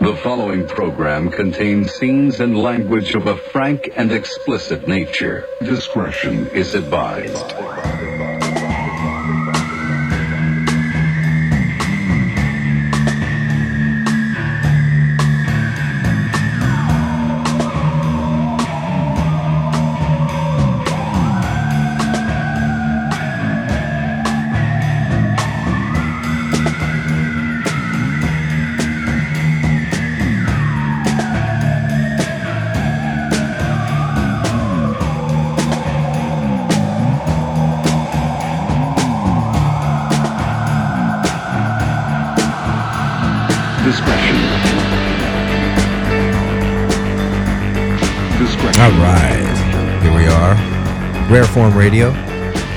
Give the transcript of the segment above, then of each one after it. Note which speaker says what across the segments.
Speaker 1: The following program contains scenes and language of a frank and explicit nature. Discretion is advised. Discretion. Discretion.
Speaker 2: All right, here we are. Rare Form Radio,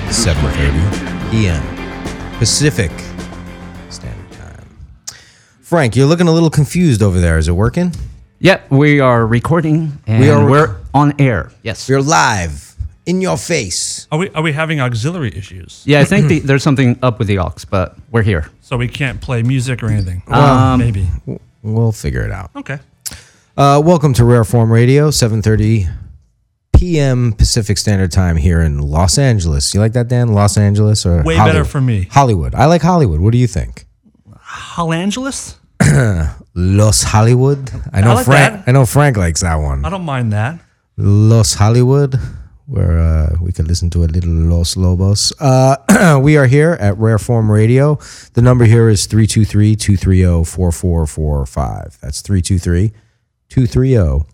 Speaker 2: 7:30 p.m. Pacific Standard Time. Frank, you're looking a little confused over there. Is it working?
Speaker 3: Yep, we are recording and
Speaker 2: We
Speaker 3: we
Speaker 2: are-
Speaker 3: are, we're on air. Yes.
Speaker 2: You're live, in your face.
Speaker 4: Are we are we having auxiliary issues?
Speaker 3: yeah, I think the, there's something up with the aux, but we're here.
Speaker 4: So we can't play music or anything.
Speaker 2: Um,
Speaker 4: maybe.
Speaker 2: We'll figure it out.
Speaker 4: Okay.
Speaker 2: Uh, welcome to Rare Form Radio, 7:30 p.m. Pacific Standard Time here in Los Angeles. You like that, Dan? Los Angeles or
Speaker 4: Way
Speaker 2: Hollywood?
Speaker 4: better for me.
Speaker 2: Hollywood. I like Hollywood. What do you think?
Speaker 4: Hollangelus?
Speaker 2: Los Hollywood. I know
Speaker 4: like
Speaker 2: Frank.
Speaker 4: that.
Speaker 2: I know Frank likes that one.
Speaker 4: I don't mind that.
Speaker 2: Los Hollywood, where uh, we could listen to a little Los Lobos. Uh, we are here at Rare Form Radio. The number here is 323 230 4445. That's 323 230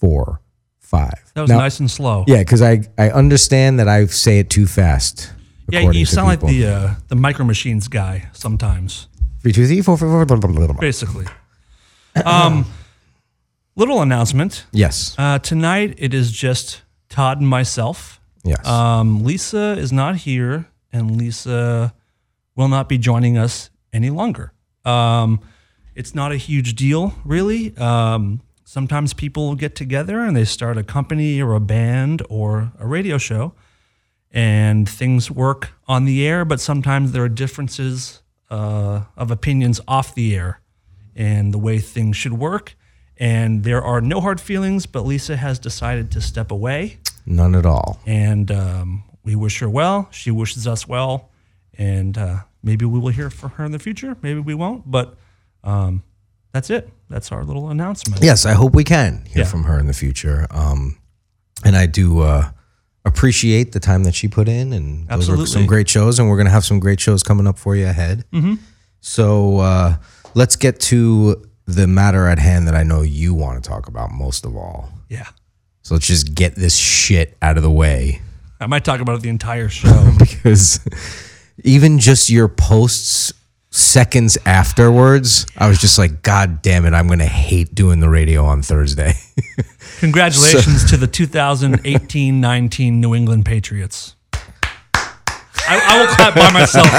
Speaker 2: 4445.
Speaker 4: That was nice and slow.
Speaker 2: Yeah, because I, I understand that I say it too fast.
Speaker 4: Yeah,
Speaker 2: according
Speaker 4: you
Speaker 2: to
Speaker 4: sound like
Speaker 2: people.
Speaker 4: the uh, the micro machines guy sometimes,
Speaker 2: 323 444.
Speaker 4: basically. Um little announcement.
Speaker 2: Yes.
Speaker 4: Uh, tonight it is just Todd and myself.
Speaker 2: Yes.
Speaker 4: Um, Lisa is not here, and Lisa will not be joining us any longer. Um, it's not a huge deal, really. Um, sometimes people get together and they start a company or a band or a radio show, and things work on the air, but sometimes there are differences uh, of opinions off the air and the way things should work. And there are no hard feelings, but Lisa has decided to step away
Speaker 2: None at all.
Speaker 4: and um, we wish her well. She wishes us well, and uh, maybe we will hear from her in the future. Maybe we won't, but um, that's it. That's our little announcement.
Speaker 2: Yes, I hope we can hear
Speaker 4: Yeah.
Speaker 2: from her in the future. Um, and I do uh, appreciate the time that she put in, and those were some
Speaker 4: Absolutely. Mm-hmm.
Speaker 2: great shows. And we're going to have some great shows coming up for you ahead. So uh, let's get to the matter at hand that I know you want to talk about most of all.
Speaker 4: Yeah.
Speaker 2: So let's just get this shit out of the way
Speaker 4: I might talk about it the entire show.
Speaker 2: because even just your posts seconds afterwards, I was just like, God damn it, I'm going to hate doing the radio on Thursday.
Speaker 4: Congratulations to the 2018 19 New England Patriots. I, I will clap by myself for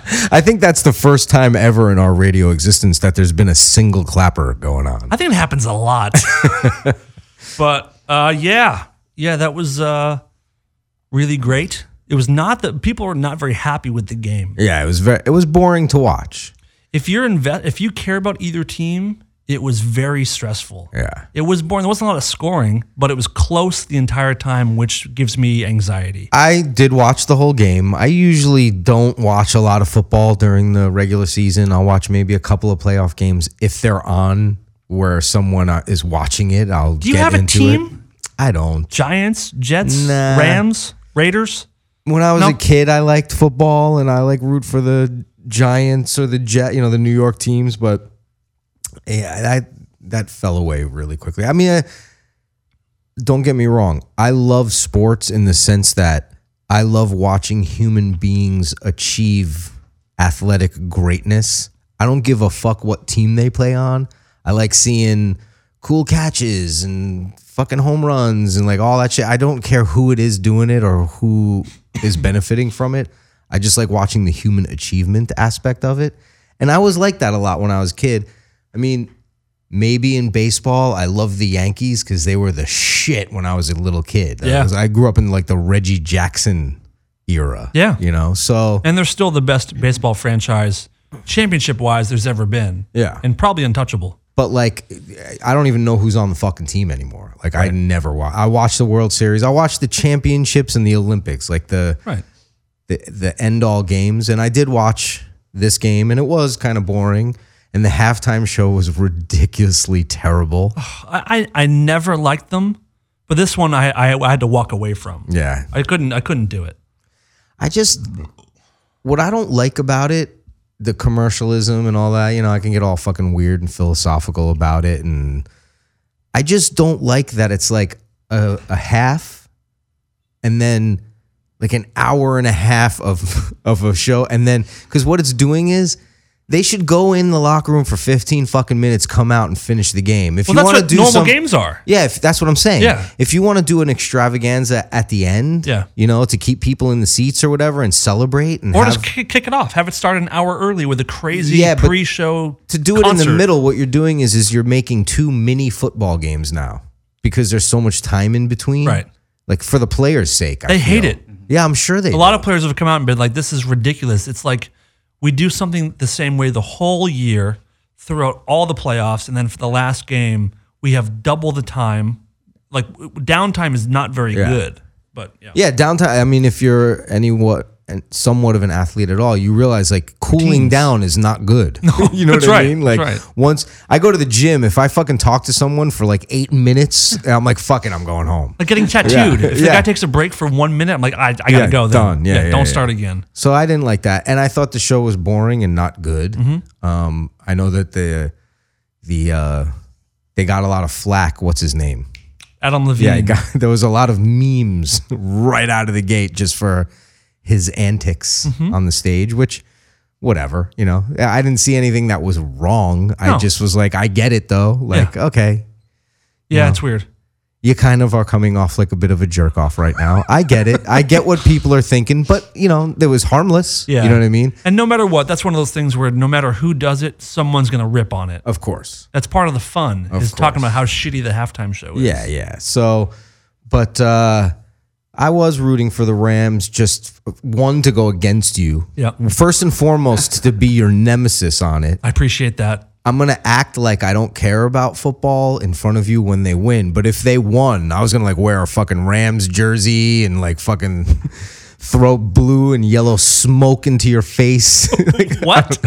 Speaker 4: this one.
Speaker 2: I think that's the first time ever in our radio existence that there's been a single clapper going on.
Speaker 4: I think it happens a lot. but uh, yeah, yeah, that was uh, really great. It was not that people were not very happy with the game.
Speaker 2: Yeah, it was very it was boring to watch.
Speaker 4: if you're invest if you care about either team, it was very stressful.
Speaker 2: Yeah.
Speaker 4: It was boring. There wasn't a lot of scoring, but it was close the entire time, which gives me anxiety.
Speaker 2: I did watch the whole game. I usually don't watch a lot of football during the regular season. I'll watch maybe a couple of playoff games if they're on where someone uh, is watching it. I'll
Speaker 4: you
Speaker 2: get
Speaker 4: have a
Speaker 2: into
Speaker 4: team?
Speaker 2: It. I don't.
Speaker 4: Giants, Jets,
Speaker 2: Nah.
Speaker 4: Rams, Raiders.
Speaker 2: When I was a
Speaker 4: Nope.
Speaker 2: kid, I liked football and I like root for the Giants or the Jet, you know, the New York teams, but yeah, I, that fell away really quickly. I mean, I, don't get me wrong. I love sports in the sense that I love watching human beings achieve athletic greatness. I don't give a fuck what team they play on. I like seeing cool catches and fucking home runs and like all that shit. I don't care who it is doing it or who is benefiting from it. I just like watching the human achievement aspect of it. And I was like that a lot when I was a kid. I mean, Maybe in baseball, I love the Yankees because they were the shit when I was a little kid.
Speaker 4: Yeah.
Speaker 2: I, was- I grew up in like the Reggie Jackson era.
Speaker 4: Yeah.
Speaker 2: You know, so
Speaker 4: And they're still the best baseball franchise championship wise there's ever been.
Speaker 2: Yeah.
Speaker 4: And probably untouchable.
Speaker 2: But like, I don't even know who's on the fucking team anymore. Like, I never watch. I watch the World Series. I watch the championships and the Olympics, like the
Speaker 4: Right.
Speaker 2: the the end all games. And I did watch this game, and it was kind of boring. And the halftime show was ridiculously terrible.
Speaker 4: I, I, I never liked them, but this one I, I, I had to walk away from.
Speaker 2: Yeah,
Speaker 4: I couldn't I couldn't do it.
Speaker 2: I just what I don't like about it, the commercialism and all that, you know, I can get all fucking weird and philosophical about it and I just don't like that it's like a, a half and then like an hour and a half of of a show and then cuz what it's doing is they should go in the locker room for 15 fucking minutes, come out and finish the game. If
Speaker 4: Well,
Speaker 2: you
Speaker 4: that's
Speaker 2: want to
Speaker 4: what
Speaker 2: do
Speaker 4: normal
Speaker 2: some-
Speaker 4: games are.
Speaker 2: yeah, if, that's what I'm saying.
Speaker 4: Yeah.
Speaker 2: If you want to do an extravaganza at the end,
Speaker 4: Yeah.
Speaker 2: you know, to keep people in the seats or whatever and celebrate and
Speaker 4: Or
Speaker 2: have,
Speaker 4: just kick, kick it off. Have it start an hour early with a crazy
Speaker 2: Yeah, but
Speaker 4: pre-show
Speaker 2: to do it in
Speaker 4: concert.
Speaker 2: the middle, what you're doing is is you're making two mini football games now because there's so much time in between.
Speaker 4: Right.
Speaker 2: Like for the players' sake, I
Speaker 4: They hate
Speaker 2: feel.
Speaker 4: it.
Speaker 2: Yeah, I'm sure they.
Speaker 4: A lot of players have come out and been like, "This is ridiculous." It's like we do something the same way the whole year throughout all the playoffs, and then for the last game, we have double the time. Like w- downtime is not very good, but yeah,
Speaker 2: Yeah, downtime. I mean, if you're any what and somewhat of an athlete at all, you realize like cooling down is not good. you know
Speaker 4: that's
Speaker 2: what I
Speaker 4: right,
Speaker 2: mean? Like
Speaker 4: that's right.
Speaker 2: once I go to the gym, if I fucking talk to someone for like eight minutes, I'm like, fucking, I'm going home.
Speaker 4: like getting tattooed. If the
Speaker 2: Yeah.
Speaker 4: guy takes a break for one minute, I'm like, I, I gotta
Speaker 2: Yeah,
Speaker 4: go. Then.
Speaker 2: done. Yeah, yeah,
Speaker 4: don't
Speaker 2: yeah.
Speaker 4: start again.
Speaker 2: So I didn't like that, and I thought the show was boring and not good.
Speaker 4: Mm-hmm.
Speaker 2: Um, I know that the the uh, they got a lot of flack. What's his name?
Speaker 4: Adam Levine.
Speaker 2: Yeah, I got, there was a lot of memes right out of the gate just for his antics
Speaker 4: Mm-hmm.
Speaker 2: on the stage, which whatever, you know. I didn't see anything that was wrong. I
Speaker 4: No.
Speaker 2: just was like, I get it though. Like, okay,
Speaker 4: yeah, it's weird.
Speaker 2: you kind of are coming off like a bit of a jerk off right now. I get it. I get what people are thinking, but you know, it was harmless.
Speaker 4: Yeah.
Speaker 2: You know what I mean?
Speaker 4: And no matter what, that's one of those things where no matter who does it, someone's gonna rip on it.
Speaker 2: Of course.
Speaker 4: That's part of the fun. is
Speaker 2: course.
Speaker 4: talking about how shitty the halftime show is.
Speaker 2: Yeah, yeah. So, but uh, I was rooting for the Rams just one to go against you.
Speaker 4: Yeah.
Speaker 2: First and foremost, to be your nemesis on it.
Speaker 4: I appreciate that.
Speaker 2: I'm gonna act like I don't care about football in front of you when they win. But if they won, I was gonna like wear a fucking Rams jersey and like fucking throw blue and yellow smoke into your face. Like,
Speaker 4: What?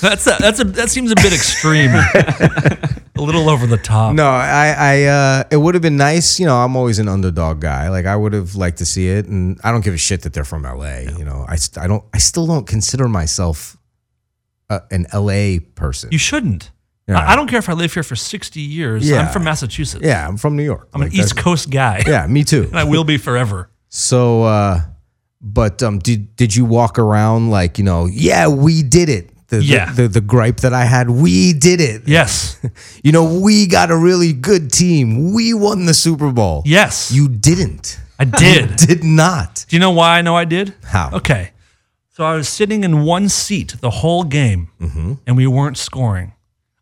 Speaker 4: that's a, that's a that seems a bit extreme. a little over the top.
Speaker 2: No, I, I, uh, it would have been nice. You know, I'm always an underdog guy. Like I would have liked to see it, and I don't give a shit that they're from LA. You know, I, st- I don't, I still don't consider myself uh, an LA person.
Speaker 4: You shouldn't.
Speaker 2: Yeah.
Speaker 4: I, I don't care if I live here for 60 years.
Speaker 2: Yeah.
Speaker 4: I'm from Massachusetts.
Speaker 2: yeah, I'm from New York.
Speaker 4: I'm an East Coast guy.
Speaker 2: Yeah, me too.
Speaker 4: And I will be forever.
Speaker 2: So, uh, but um, did did you walk around like you know? Yeah, we did it. The, the-
Speaker 4: Yeah.
Speaker 2: The, the gripe that I had, we did it.
Speaker 4: Yes.
Speaker 2: You know, we got a really good team. We won the Super Bowl.
Speaker 4: Yes.
Speaker 2: You didn't.
Speaker 4: I did.
Speaker 2: Did not.
Speaker 4: Do you know why I know I did?
Speaker 2: How?
Speaker 4: Okay. So I was sitting in one seat the whole game and we weren't scoring.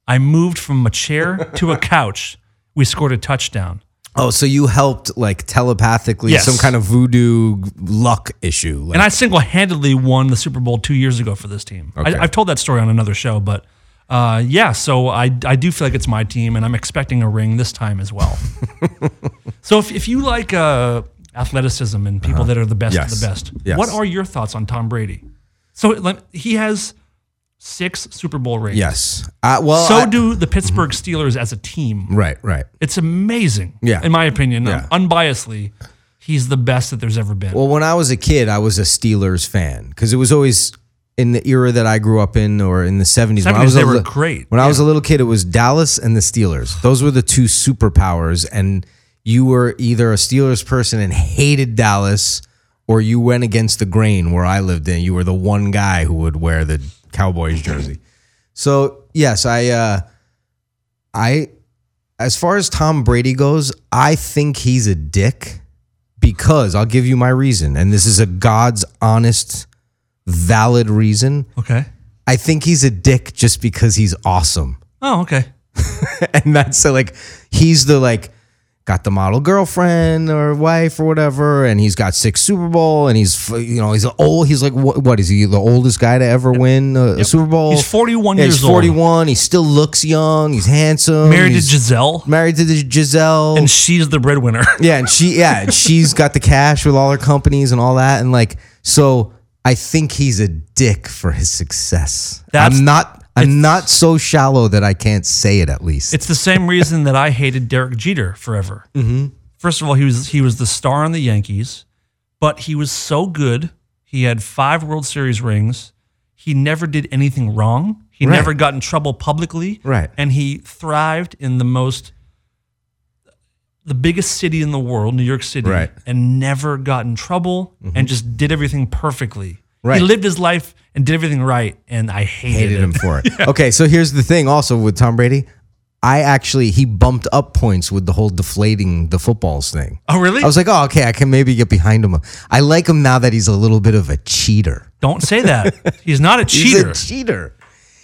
Speaker 4: I moved from a chair to a couch. We scored a touchdown.
Speaker 2: Oh, so you helped like telepathically
Speaker 4: Yes.
Speaker 2: some kind of voodoo luck issue. Like,
Speaker 4: And I single handedly won the Super Bowl two years ago for this team.
Speaker 2: Okay.
Speaker 4: I, I've told that story on another show, but uh, yeah, so I, I do feel like it's my team, and I'm expecting a ring this time as well. so if, if you like uh, athleticism and people that are the best of
Speaker 2: Uh-huh. Yes.
Speaker 4: the best,
Speaker 2: Yes.
Speaker 4: what are your thoughts on Tom Brady? So like, he has six Super Bowl rings.
Speaker 2: yes. I, well,
Speaker 4: So
Speaker 2: I- Mm-hmm.
Speaker 4: do the Pittsburgh Steelers as a team.
Speaker 2: right, right.
Speaker 4: It's amazing.
Speaker 2: Yeah.
Speaker 4: In my opinion,
Speaker 2: Yeah.
Speaker 4: unbiasedly, he's the best that there's ever been.
Speaker 2: Well, when I was a kid, I was a Steelers fan because it was always in the era that I grew up in, or in the seventies. I
Speaker 4: 70s,
Speaker 2: was a
Speaker 4: they were
Speaker 2: li-
Speaker 4: great.
Speaker 2: When I was a little kid, it was Dallas and the Steelers. Those were the two superpowers, and you were either a Steelers person and hated Dallas, or you went against the grain where I lived in. You were the one guy who would wear the Cowboys jersey. So yes, I, uh, I, as far as Tom Brady goes, I think he's a dick because I'll give you my reason, and this is a God's honest, valid reason.
Speaker 4: okay.
Speaker 2: I think he's a dick just because he's awesome,
Speaker 4: Oh, okay.
Speaker 2: and that's so like he's the like got the model girlfriend or wife or whatever, and he's got six Super Bowl, and he's f- you know he's the old. He's like what, what is he the oldest guy to ever win a, a Super Bowl?
Speaker 4: He's 41
Speaker 2: Yeah,
Speaker 4: years
Speaker 2: he's
Speaker 4: old.
Speaker 2: 41. He still looks young. He's handsome.
Speaker 4: Married to
Speaker 2: he's
Speaker 4: Giselle,
Speaker 2: Married to the Giselle.
Speaker 4: and she's the breadwinner.
Speaker 2: Yeah, and she yeah, and she's got the cash with all her companies and all that, and like so. I think he's a dick for his success.
Speaker 4: That's-
Speaker 2: I'm not. I'm not so shallow that I can't say it. At least
Speaker 4: It's the same reason that I hated Derek Jeter forever. Mm-hmm. First of all, he was he was the star on the Yankees, but he was so good. He had five World Series rings. He never did anything wrong. He
Speaker 2: Right.
Speaker 4: never got in trouble publicly.
Speaker 2: Right.
Speaker 4: And he thrived in the most the biggest city in the world, New York City,
Speaker 2: Right. Mm-hmm.
Speaker 4: and never got in trouble and just did everything perfectly.
Speaker 2: Right.
Speaker 4: He lived his life and did everything right, and I hated,
Speaker 2: hated
Speaker 4: it.
Speaker 2: him for it. Okay, so here's the thing. Also with Tom Brady, I actually he bumped up points with the whole deflating the footballs thing.
Speaker 4: Oh, really?
Speaker 2: I was like, oh, okay, I can maybe get behind him. I like him now that he's a little bit of a cheater.
Speaker 4: Don't say that. He's not a cheater.
Speaker 2: He's a cheater.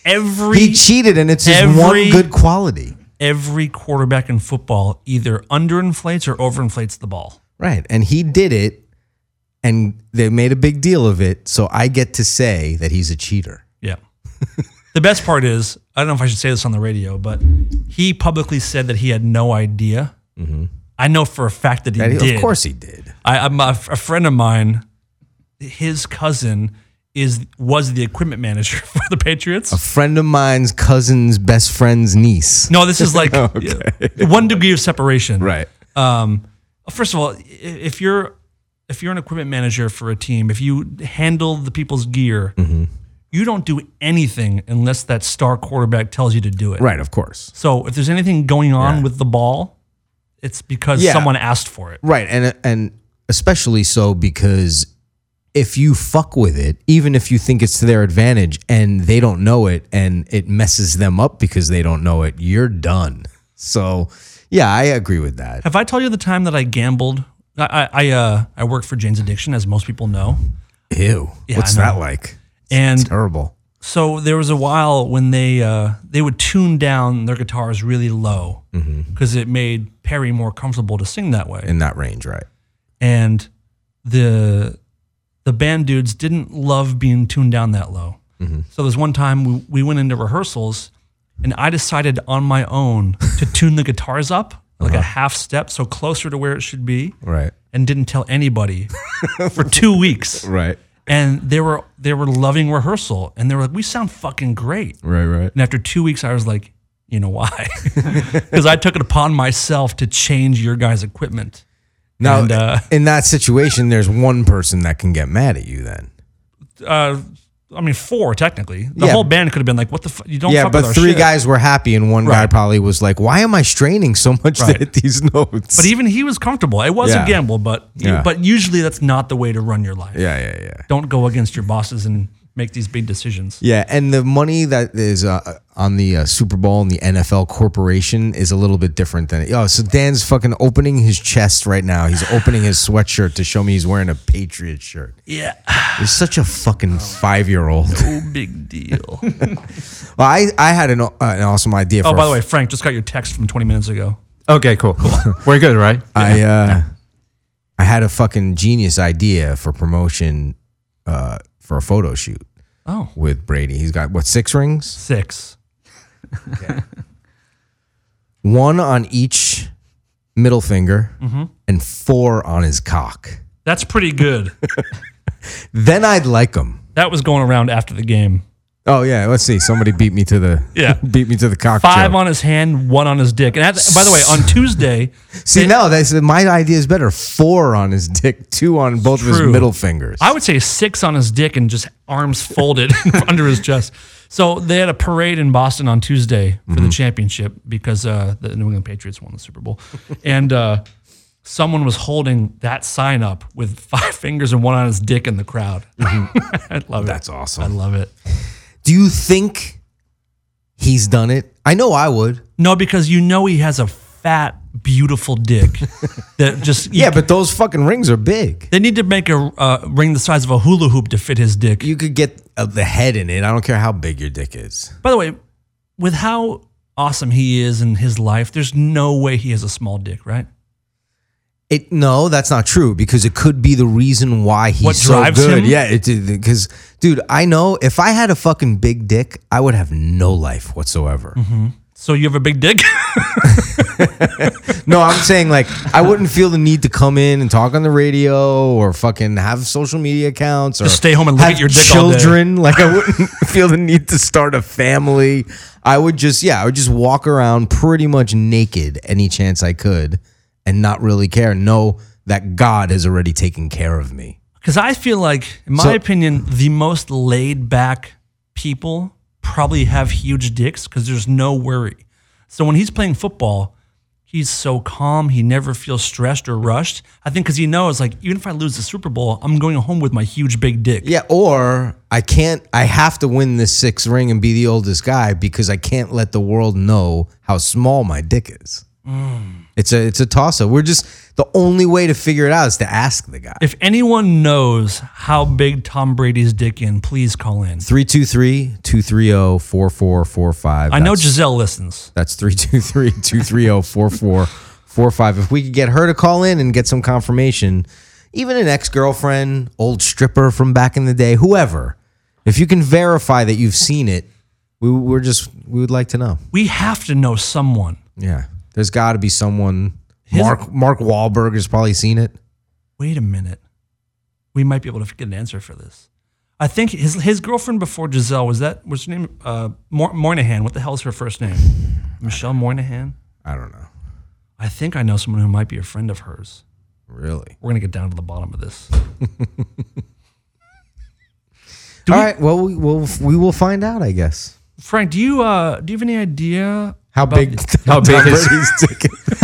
Speaker 4: every
Speaker 2: He cheated, and it's his
Speaker 4: Every-
Speaker 2: one good quality.
Speaker 4: every quarterback in football either underinflates or overinflates the ball.
Speaker 2: Right. And he did it and they made a big deal of it. So I get to say that he's a cheater.
Speaker 4: Yeah. the best part is, I don't know if I should say this on the radio, but he publicly said that he had no idea. I know for a fact that he
Speaker 2: And Mm-hmm. he-
Speaker 4: did.
Speaker 2: Of course he did.
Speaker 4: I, I'm a, a friend of mine. His cousin is was the equipment manager for the Patriots.
Speaker 2: Friend of mine's cousin's best friend's niece.
Speaker 4: No, this is like one degree of separation.
Speaker 2: Right.
Speaker 4: Um, first of all, i- if you're if you're an equipment manager for a team, if you handle the people's gear,
Speaker 2: Mm-hmm.
Speaker 4: you don't do anything unless that star quarterback tells you to do it.
Speaker 2: Right, of course.
Speaker 4: So if there's anything going on with the ball, it's because
Speaker 2: Yeah.
Speaker 4: someone asked for it.
Speaker 2: Right. And and especially so because if you fuck with it, even if you think it's to their advantage and they don't know it and it messes them up because they don't know it, you're done. So yeah, I agree with that.
Speaker 4: Have I told you the time that I gambled? I I I, uh, I worked for Jane's Addiction, as most people know,
Speaker 2: Ew. What's
Speaker 4: I know.
Speaker 2: that like?
Speaker 4: and
Speaker 2: Terrible.
Speaker 4: so there was a while when they uh, they would tune down their guitars really low
Speaker 2: Mm-hmm.
Speaker 4: because it made Perry more comfortable to sing that way.
Speaker 2: In that range, right?
Speaker 4: and the the band dudes didn't love being tuned down that low. So there's one time we, we went into rehearsals, and I decided on my own to tune the guitars up like a half step, so closer to where it should be,
Speaker 2: Right.
Speaker 4: and didn't tell anybody for two weeks.
Speaker 2: Right.
Speaker 4: And they were they were loving rehearsal, and they were like, "We sound fucking great."
Speaker 2: Right, right.
Speaker 4: And after two weeks, I was like, "You know why?" Because I took it upon myself to change your guys' equipment.
Speaker 2: Now,
Speaker 4: And, uh,
Speaker 2: in that situation, there's one person that can get mad at you then.
Speaker 4: uh, I mean, four technically. The
Speaker 2: Yeah.
Speaker 4: whole band could have been like, "What the? Fu- you don't."
Speaker 2: yeah,
Speaker 4: fuck with
Speaker 2: but
Speaker 4: our
Speaker 2: three
Speaker 4: shit."
Speaker 2: guys were happy, and one guy
Speaker 4: Right.
Speaker 2: probably was like, Why am I straining so much
Speaker 4: Right.
Speaker 2: to hit these notes?
Speaker 4: But even he was comfortable. It was
Speaker 2: Yeah.
Speaker 4: a gamble, but
Speaker 2: Yeah.
Speaker 4: but usually that's not the way to run your life.
Speaker 2: yeah, yeah, yeah.
Speaker 4: Don't go against your bosses and make these big decisions.
Speaker 2: Yeah, and the money that is uh, on the uh, Super Bowl and the NFL corporation is a little bit different than it. Oh, so Dan's fucking opening his chest right now. He's opening his sweatshirt to show me he's wearing a Patriot shirt.
Speaker 4: Yeah, Oh.
Speaker 2: He's such a fucking five year old.
Speaker 4: no big deal.
Speaker 2: Well, I, I had an, uh, an awesome idea. For
Speaker 4: oh, by
Speaker 2: a
Speaker 4: the way, Frank just got your text from 20 minutes ago.
Speaker 3: Okay, cool. We're good, right?
Speaker 2: I uh, I had a fucking genius idea for promotion uh, for a photo shoot
Speaker 4: Oh,
Speaker 2: with Brady. He's got what six rings,
Speaker 4: six.
Speaker 2: one on each middle finger,
Speaker 4: Mm-hmm.
Speaker 2: and four on his cock.
Speaker 4: That's pretty good.
Speaker 2: Then I'd like him.
Speaker 4: that was going around after the game.
Speaker 2: Oh yeah, let's see. Somebody beat me to the
Speaker 4: Yeah.
Speaker 2: beat me to the cock.
Speaker 4: Five
Speaker 2: joke.
Speaker 4: on his hand, one on his dick. And that's, by the way, on Tuesday,
Speaker 2: See, no, that's my idea is better. Four on his dick, two on both of
Speaker 4: True.
Speaker 2: his middle fingers.
Speaker 4: I would say six on his dick and just arms folded under his chest. So they had a parade in Boston on Tuesday for
Speaker 2: Mm-hmm.
Speaker 4: the championship because uh, the New England Patriots won the Super Bowl, and uh, someone was holding that sign up with five fingers and one on his dick in the crowd. I love it.
Speaker 2: Mm-hmm. That's awesome.
Speaker 4: I love it.
Speaker 2: Do you think he's done it? I know I would.
Speaker 4: No, because you know he has a fat, beautiful dick that just
Speaker 2: Yeah, but those fucking rings are big.
Speaker 4: They need to make a uh, ring the size of a hula hoop to fit his dick.
Speaker 2: You could get uh, the head in it. I don't care how big your dick is.
Speaker 4: By the way, with how awesome he is in his life, there's no way he has a small dick, right?
Speaker 2: It no, that's not true because it could be the reason why he's
Speaker 4: What
Speaker 2: so
Speaker 4: drives
Speaker 2: good.
Speaker 4: him?
Speaker 2: Yeah, because dude, I know if I had a fucking big dick, I would have no life whatsoever.
Speaker 4: Mm-hmm. So you have a big dick?
Speaker 2: No, I'm saying like I wouldn't feel the need to come in and talk on the radio or fucking have social media accounts or
Speaker 4: Just stay home and look
Speaker 2: have
Speaker 4: at your dick all day.
Speaker 2: children. Like I wouldn't feel the need to start a family. I would just yeah, I would just walk around pretty much naked any chance I could and not really care. Know that God has already taken care of me.
Speaker 4: Because I feel like, in my
Speaker 2: So-
Speaker 4: opinion, the most laid back people probably have huge dicks because there's no worry. So when he's playing football, he's so calm. He never feels stressed or rushed. I think because he knows, like, even if I lose the Super Bowl, I'm going home with my huge big dick.
Speaker 2: Yeah, or I can't. I have to win this sixth ring and be the oldest guy because I can't let the world know how small my dick is.
Speaker 4: Mm.
Speaker 2: It's a it's a toss up. We're just the only way to figure it out is to ask the guy.
Speaker 4: If anyone knows how big Tom Brady's dick in, please call in.
Speaker 2: oh, 323-230-4445.
Speaker 4: I know
Speaker 2: That's-
Speaker 4: Giselle listens.
Speaker 2: that's oh, 323-230-4445. If we could get her to call in and get some confirmation, even an ex-girlfriend, old stripper from back in the day, whoever. If you can verify that you've seen it, we, we're just we would like to know.
Speaker 4: We have to know someone.
Speaker 2: Yeah. There's got to be someone. Mark Mark Wahlberg has probably seen it.
Speaker 4: wait a minute, we might be able to get an answer for this. I think his his girlfriend before Giselle was that was her name uh, Mor- Moynihan. What the hell's her first name? Michelle Moynihan.
Speaker 2: I don't know.
Speaker 4: I think I know someone who might be a friend of hers.
Speaker 2: Really.
Speaker 4: We're gonna get down to the bottom of this.
Speaker 2: All right. Well, we will we will find out, I guess.
Speaker 4: Frank, do you uh, do you have any idea
Speaker 2: How
Speaker 4: about
Speaker 2: big
Speaker 4: this?
Speaker 3: How big
Speaker 2: Tom
Speaker 3: is-
Speaker 2: Brady's ticket?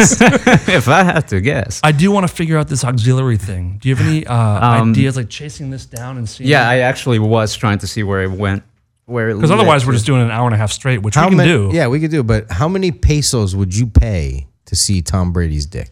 Speaker 3: if I had to guess.
Speaker 4: I do want to figure out this auxiliary thing. Do you have any uh, ideas like chasing this down and seeing?
Speaker 3: Yeah, I actually was trying to see where it went. Where
Speaker 4: because otherwise we're just doing an hour and a half straight, which
Speaker 2: How
Speaker 4: we can
Speaker 2: many?
Speaker 4: do.
Speaker 2: Yeah, we could do. it, But how many pesos would you pay to see Tom Brady's dick?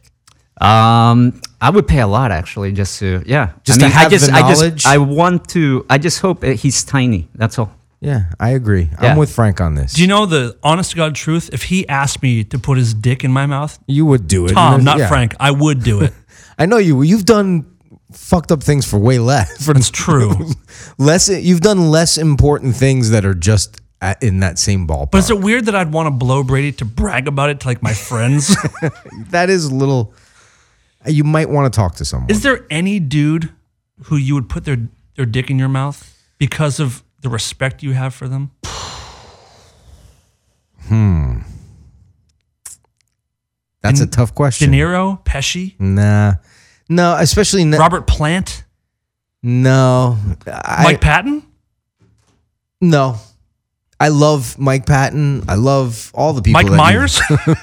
Speaker 3: Um, I would pay a lot actually, just to yeah.
Speaker 2: Just
Speaker 3: I
Speaker 2: to have
Speaker 3: I just,
Speaker 2: the
Speaker 3: I
Speaker 2: knowledge?
Speaker 3: just, I want to. I just hope that he's tiny. That's all.
Speaker 2: Yeah, I agree.
Speaker 3: Yeah.
Speaker 2: I'm with Frank on this.
Speaker 4: Do you know the honest to god truth? If he asked me to put his dick in my mouth,
Speaker 2: you would do it,
Speaker 4: Tom, not
Speaker 2: Yeah.
Speaker 4: Frank. I would do it.
Speaker 2: I know you. You've done fucked up things for way less. For
Speaker 4: It's true.
Speaker 2: less, you've done less important things that are just at, in that same ballpark.
Speaker 4: But is it weird that I'd want to blow Brady to brag about it to like my friends?
Speaker 2: that is a little. You might want to talk to someone.
Speaker 4: is there any dude who you would put their, their dick in your mouth because of the respect you have for them?
Speaker 2: That's a tough
Speaker 4: De
Speaker 2: question.
Speaker 4: Niro, Pesci,
Speaker 2: Nah, no, especially n-
Speaker 4: Robert Plant,
Speaker 2: no. I,
Speaker 4: Mike Patton?
Speaker 2: no. I love Mike Patton. I love all the people.
Speaker 4: Mike
Speaker 2: that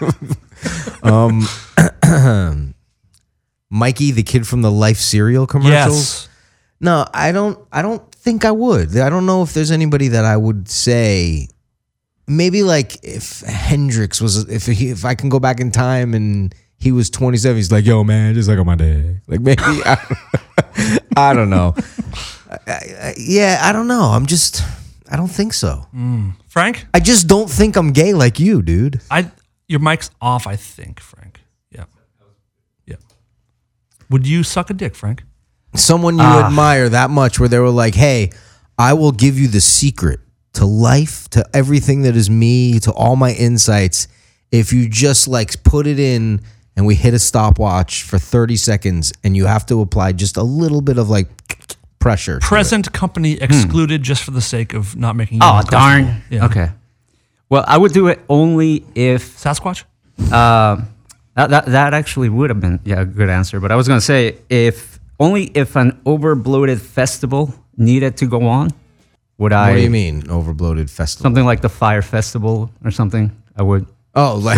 Speaker 2: you-
Speaker 4: Myers?
Speaker 2: Mikey, the kid from the Life cereal commercials.
Speaker 4: yes.
Speaker 2: No, I don't. I don't think I would. I don't know if there's anybody that I would say. Maybe like if Hendrix was, if he, if I can go back in time and he was 27, he's like, "Yo, man, just like on my dick." Like maybe I, I don't know. I, I, yeah, I don't know. I'm just. I don't think so.
Speaker 4: Frank?
Speaker 2: I just don't think I'm gay like you, dude.
Speaker 4: I your mic's off, I think, Frank. Yeah. Yeah. Would you suck a dick, Frank?
Speaker 2: someone you admire that much where they were like, hey, I will give you the secret to life, to everything that is me, to all my insights. If you just like put it in and we hit a stopwatch for 30 seconds and you have to apply just a little bit of like pressure. to it."
Speaker 4: Present company excluded just for the sake of not making you
Speaker 3: Oh
Speaker 4: uncomfortable.
Speaker 3: darn.
Speaker 4: Yeah.
Speaker 3: Okay. Well, I would do it only if
Speaker 4: Sasquatch?
Speaker 3: Um, that, that, that actually would have been yeah, a good answer. But I was going to say if only if an over bloated festival needed to go on, would I?
Speaker 2: What do you mean, overbloated festival?
Speaker 3: Something like the Fire Festival or something. I would.
Speaker 2: Oh, like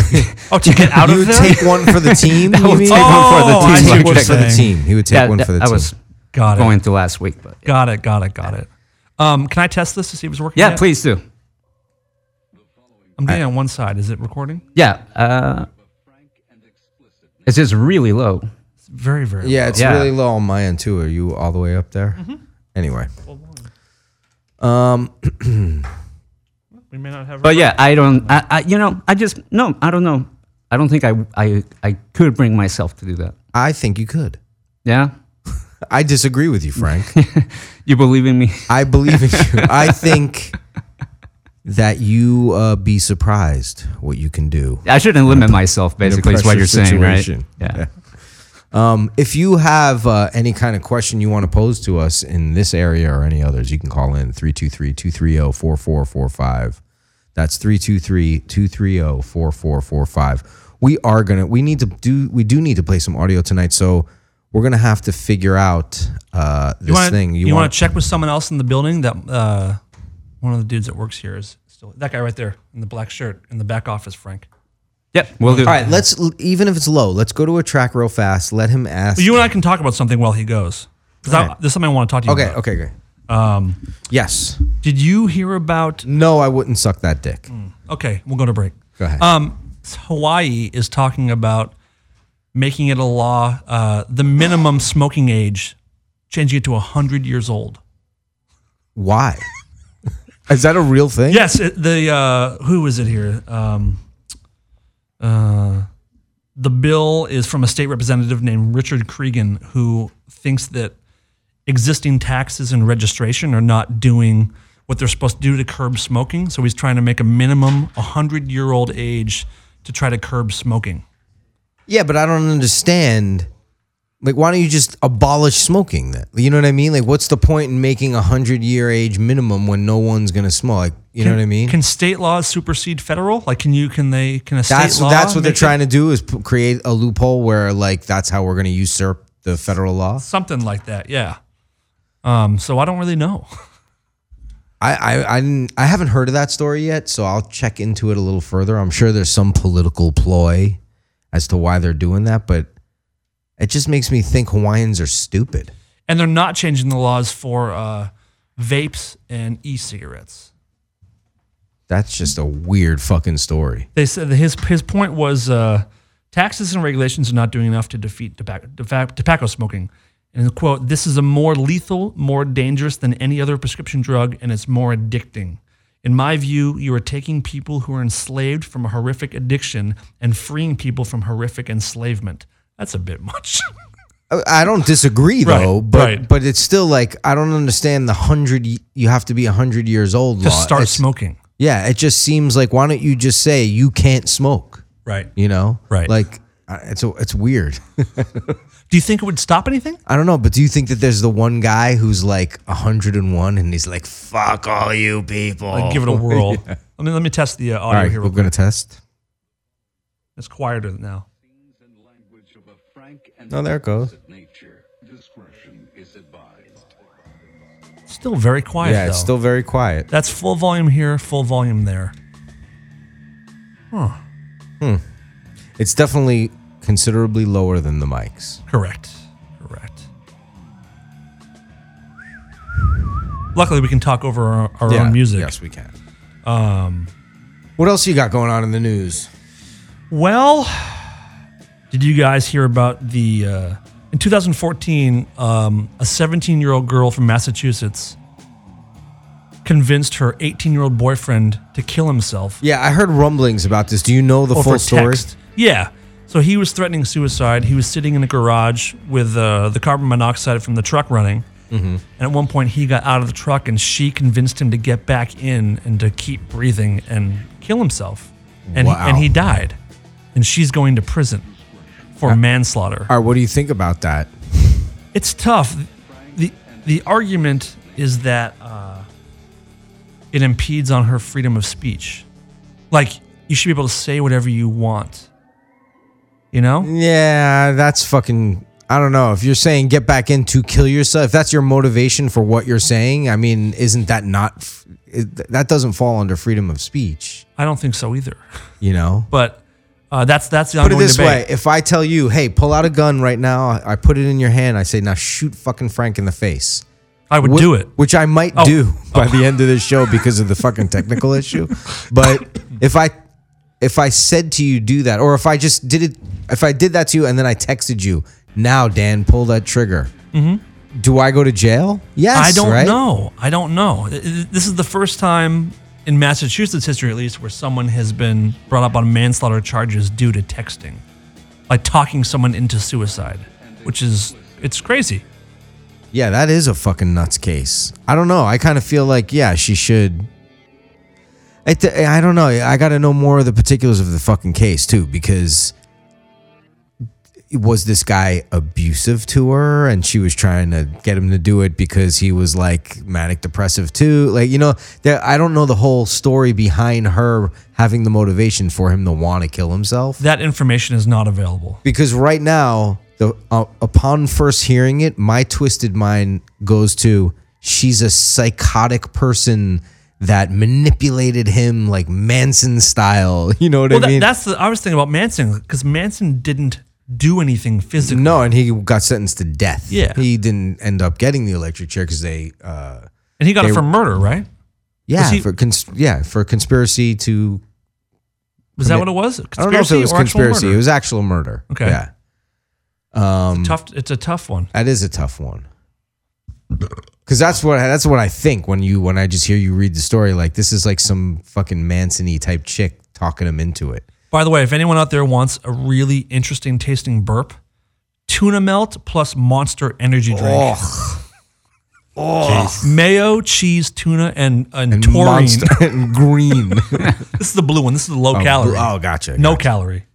Speaker 4: Oh, to get out
Speaker 2: you
Speaker 4: of
Speaker 2: would
Speaker 4: there?
Speaker 2: take one for the team. you
Speaker 3: would
Speaker 2: mean?
Speaker 3: take one for the
Speaker 4: Oh,
Speaker 3: team.
Speaker 4: I see
Speaker 2: Take one
Speaker 4: what you're
Speaker 2: for the
Speaker 4: saying.
Speaker 2: team. He would take
Speaker 3: Yeah,
Speaker 2: one
Speaker 3: that-
Speaker 2: for the
Speaker 3: I
Speaker 2: team.
Speaker 3: was
Speaker 4: Got it.
Speaker 3: going to last week, but
Speaker 4: Got it. Got it. Got it. Um, can I test this to see if it's working?
Speaker 3: yeah,
Speaker 4: yet?
Speaker 3: please do.
Speaker 4: I'm doing it on one side. Is it recording?
Speaker 3: Yeah. Uh, it's just really low.
Speaker 4: It's very, very.
Speaker 2: Yeah, it's
Speaker 3: Yeah.
Speaker 2: really low on my end too. Are you all the way up there?
Speaker 3: Mm-hmm.
Speaker 2: Anyway,
Speaker 4: We may not have.
Speaker 3: But yeah, I don't. I, I you know I just no. I don't know. I don't think I I I could bring myself to do that.
Speaker 2: I think you could.
Speaker 3: Yeah,
Speaker 2: I disagree with you, Frank.
Speaker 3: you believe in me?
Speaker 2: I believe in you. I think that you uh, be surprised what you can do.
Speaker 3: I shouldn't limit myself. Basically, is
Speaker 2: pressure
Speaker 3: what you're saying, right?
Speaker 2: situation.
Speaker 3: Yeah.
Speaker 2: Um, if you have uh, any kind of question you want to pose to us in this area or any others, you can call in 323 230 4445. That's 323 230 4445. We are going to, we need to do, we do need to play some audio tonight. So we're going to have to figure out uh, this
Speaker 4: You want
Speaker 2: thing.
Speaker 4: You, want to check with someone else in the building that uh, one of the dudes that works here is still that guy right there in the black shirt in the back office, Frank.
Speaker 3: Yep. We'll do.
Speaker 2: All right, let's, even if it's low, let's go to a track real fast. Let him ask.
Speaker 4: You and I can talk about something while he goes. 'Cause I-
Speaker 2: Alright.
Speaker 4: There's something I want to talk to you
Speaker 2: okay,
Speaker 4: about.
Speaker 2: okay, okay.
Speaker 4: Um,
Speaker 2: Yes.
Speaker 4: did you hear about?
Speaker 2: No, I wouldn't suck that dick.
Speaker 4: Mm. Okay, we'll go to break.
Speaker 2: Go ahead.
Speaker 4: Um, Hawaii is talking about making it a law, uh, the minimum smoking age, changing it to 100 years old.
Speaker 2: Why? Is that a real thing?
Speaker 4: Yes, it, the uh, who is it here? Um, uh, the bill is from a state representative named Richard Cregan, who thinks that existing taxes and registration are not doing what they're supposed to do to curb smoking. So he's trying to make a minimum 100 year old age to try to curb smoking.
Speaker 2: Yeah, but I don't understand. Like, why don't you just abolish smoking? That you know what I mean? Like, what's the point in making a hundred year age minimum when no one's gonna smoke? Like, you know what I mean?
Speaker 4: Can state laws supersede federal? Like, can you, can they, can a state
Speaker 2: that's
Speaker 4: law?
Speaker 2: that's what they're
Speaker 4: make it-
Speaker 2: trying to do is p- create a loophole where like that's how we're gonna usurp the federal law.
Speaker 4: Something like that, yeah. Um, so I don't really know.
Speaker 2: I I I, didn't, I haven't heard of that story yet, so I'll check into it a little further. I'm sure there's some political ploy as to why they're doing that, but it just makes me think Hawaiians are stupid.
Speaker 4: and they're not changing the laws for uh, vapes and e-cigarettes.
Speaker 2: That's just a weird fucking story.
Speaker 4: They said that his his point was uh, taxes and regulations are not doing enough to defeat tobacco, tofa- tobacco smoking. And quote, this is a more lethal, more dangerous than any other prescription drug, and it's more addicting. In my view, you are taking people who are enslaved from a horrific addiction and freeing people from horrific enslavement. That's a bit much.
Speaker 2: I- I don't disagree
Speaker 4: Right,
Speaker 2: though, but
Speaker 4: right.
Speaker 2: but it's still like I don't understand the hundred. y- You have to be hundred years old
Speaker 4: to
Speaker 2: law.
Speaker 4: start
Speaker 2: It's-
Speaker 4: smoking.
Speaker 2: Yeah, it just seems like why don't you just say you can't smoke?
Speaker 4: Right.
Speaker 2: You know,
Speaker 4: Right.
Speaker 2: Like I- it's a, it's weird.
Speaker 4: Do you think it would stop anything?
Speaker 2: I don't know, but do you think that there's the one guy who's like hundred and one and he's like fuck all you people?
Speaker 4: Like, give it a whirl. I mean, let me test the uh,
Speaker 2: all
Speaker 4: audio
Speaker 2: right,
Speaker 4: here.
Speaker 2: we're
Speaker 4: real
Speaker 2: gonna test.
Speaker 4: It's quieter now.
Speaker 2: Oh, there it goes.
Speaker 1: Nature. Discretion is advised.
Speaker 4: Still very quiet.
Speaker 2: Yeah, it's
Speaker 4: though.
Speaker 2: still very quiet.
Speaker 4: That's full volume here, full volume there.
Speaker 2: It's definitely considerably lower than the mics.
Speaker 4: Correct. Correct. Luckily, we can talk over our, our
Speaker 2: Yeah,
Speaker 4: own music.
Speaker 2: Yes, we can. Um, what else you got going on in the news?
Speaker 4: Well, did you guys hear about the uh, in 2014? Um, a 17 year old girl from Massachusetts convinced her 18 year old boyfriend to kill himself
Speaker 2: Yeah, I heard rumblings about this. Do you know the
Speaker 4: Or
Speaker 2: full
Speaker 4: Oh, for
Speaker 2: story?
Speaker 4: text. Yeah. So he was threatening suicide. He was sitting in the garage with uh, the carbon monoxide from the truck running.
Speaker 2: Mm-hmm.
Speaker 4: And at one point, he got out of the truck, and she convinced him to get back in and to keep breathing and kill himself. And
Speaker 2: Wow.
Speaker 4: he, and he died. And she's going to prison for manslaughter.
Speaker 2: All right, what do you think about that?
Speaker 4: It's tough. the The argument is that uh, it impedes on her freedom of speech. Like you should be able to say whatever you want. You know?
Speaker 2: Yeah, that's fucking. I don't know. If you're saying get back in to kill yourself, if that's your motivation for what you're saying, I mean, isn't that not. f- It, that doesn't fall under freedom of speech,
Speaker 4: I don't think so either.
Speaker 2: you know?
Speaker 4: But uh, that's that's the
Speaker 2: Put
Speaker 4: ongoing
Speaker 2: it this
Speaker 4: debate.
Speaker 2: way if I tell you, hey, pull out a gun right now, I I put it in your hand, I say, now shoot fucking Frank in the face.
Speaker 4: I would
Speaker 2: Whi-
Speaker 4: do it. Oh.
Speaker 2: which I might do by the end of this show because of the fucking technical issue. But if I if I said to you do that, or if I just did it, if I did that to you and then I texted you, now Dan, pull that trigger. Do I go to jail? Yes.
Speaker 4: Mm-hmm. I don't
Speaker 2: right?
Speaker 4: know. I don't know. I- I- This is the first time in Massachusetts history, at least, where someone has been brought up on manslaughter charges due to texting. by talking someone into suicide, which is it's crazy.
Speaker 2: Yeah, that is a fucking nuts case. I don't know. I kind of feel like yeah, she should. I th- I don't know. I got to know more of the particulars of the fucking case too, because was this guy abusive to her, and she was trying to get him to do it because he was like manic depressive too. Like you know, there, I don't know the whole story behind her having the motivation for him to want to kill himself
Speaker 4: That information is not available.
Speaker 2: because right now the uh, upon first hearing it my twisted mind goes to she's a psychotic person that manipulated him like manson style you know what
Speaker 4: Well,
Speaker 2: i
Speaker 4: that,
Speaker 2: mean
Speaker 4: that's the, I was thinking about Manson because Manson didn't do anything physically.
Speaker 2: no and he got sentenced to death
Speaker 4: Yeah.
Speaker 2: he didn't end up getting the electric chair because they uh
Speaker 4: and he got it
Speaker 2: they-
Speaker 4: for murder, right?
Speaker 2: yeah
Speaker 4: he-
Speaker 2: for cons- yeah for conspiracy to
Speaker 4: Was that what it was? Conspiracy
Speaker 2: i don't know if it was
Speaker 4: or actual
Speaker 2: conspiracy
Speaker 4: murder?
Speaker 2: it was actual murder
Speaker 4: Okay.
Speaker 2: yeah
Speaker 4: tough. It's a tough one.
Speaker 2: That is a tough one. Cause that's what that's what I think when you when I just hear you read the story like this is like some fucking Manson-y type chick talking him into it.
Speaker 4: By the way, if anyone out there wants a really interesting tasting burp, tuna melt plus monster energy drink.
Speaker 2: Oh,
Speaker 4: Mayo, cheese, tuna, and, and,
Speaker 2: And
Speaker 4: taurine.
Speaker 2: monster and green.
Speaker 4: This is the blue one. This is the low calorie.
Speaker 2: Oh, gotcha.
Speaker 4: no
Speaker 2: gotcha.
Speaker 4: calorie.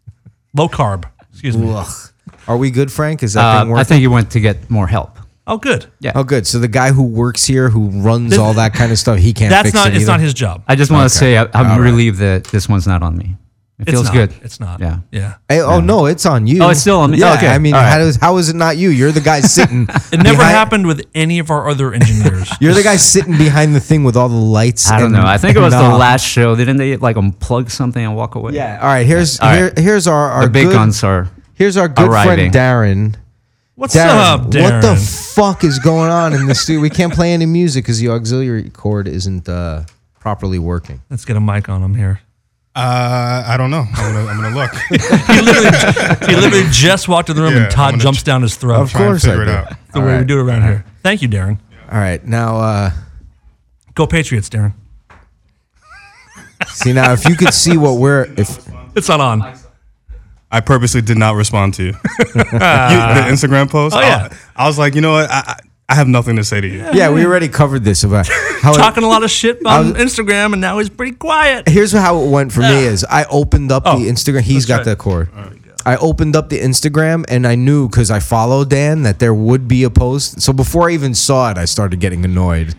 Speaker 4: Low carb. Excuse me.
Speaker 2: Ugh. Are we good, Frank? Is that
Speaker 3: Uh,
Speaker 2: thing
Speaker 3: I
Speaker 2: working?
Speaker 3: think you went to get more help.
Speaker 4: Oh, good.
Speaker 3: Yeah.
Speaker 2: oh, good. So the guy who works here, who runs all that kind of stuff, he can't.
Speaker 4: That's
Speaker 2: fix
Speaker 4: not.
Speaker 2: It
Speaker 4: It's not
Speaker 2: either?
Speaker 4: his job.
Speaker 3: I just want to say I, I'm
Speaker 2: All right.
Speaker 3: relieved that this one's not on me. It
Speaker 4: It's
Speaker 3: feels
Speaker 4: not.
Speaker 3: good.
Speaker 4: It's not.
Speaker 3: Yeah.
Speaker 4: Yeah.
Speaker 2: Hey, oh no, it's on you.
Speaker 3: Oh, it's still on me?
Speaker 2: Yeah,
Speaker 3: Okay.
Speaker 2: I mean,
Speaker 3: All right.
Speaker 2: how, does, how is it not you? You're the guy sitting.
Speaker 4: It never happened with any of our other engineers.
Speaker 2: You're the guy sitting behind the thing with all the lights.
Speaker 3: I
Speaker 2: and-
Speaker 3: don't know. I think it was
Speaker 2: and,
Speaker 3: the
Speaker 2: uh,
Speaker 3: last show. Didn't they like unplug something and walk away?
Speaker 2: Yeah. All right. Here's
Speaker 3: All right.
Speaker 2: Here, here's our our
Speaker 3: The big
Speaker 2: good,
Speaker 3: guns are.
Speaker 2: Here's our good
Speaker 3: arriving.
Speaker 2: friend Darren.
Speaker 4: What's
Speaker 2: Darren,
Speaker 4: up,
Speaker 2: what
Speaker 4: Darren?
Speaker 2: the fuck is going on in the studio? We can't play any music because the auxiliary cord isn't uh, properly working.
Speaker 4: Let's get a mic on him here.
Speaker 5: Uh, I don't know. I'm gonna, I'm gonna look.
Speaker 4: He literally, he literally just walked in the room
Speaker 5: Yeah,
Speaker 4: and Todd
Speaker 5: I'm gonna
Speaker 4: jumps
Speaker 5: ch-
Speaker 4: down his throat.
Speaker 2: Of
Speaker 5: Try and
Speaker 2: course I
Speaker 5: figure it
Speaker 2: did.
Speaker 5: out.
Speaker 4: the way we do it around here. Thank you, Darren.
Speaker 2: All right. Now, uh,
Speaker 4: Go Patriots, Darren.
Speaker 2: see now if you could see what we're if
Speaker 4: It's not on.
Speaker 5: I purposely did not respond to you. You- the Instagram post.
Speaker 4: Oh, yeah.
Speaker 5: I, I was like, you know what? I, I I have nothing to say to you.
Speaker 2: yeah we already covered this about how it-
Speaker 4: Talking a lot of shit
Speaker 2: was-
Speaker 4: on Instagram, and now he's pretty quiet.
Speaker 2: here's how it went for me is I opened up
Speaker 4: Ah. Oh,
Speaker 2: the Instagram. He's got
Speaker 4: right.
Speaker 2: the cord. I opened up the Instagram and I knew because I follow Dan that there would be a post. So before I even saw it, I started getting annoyed.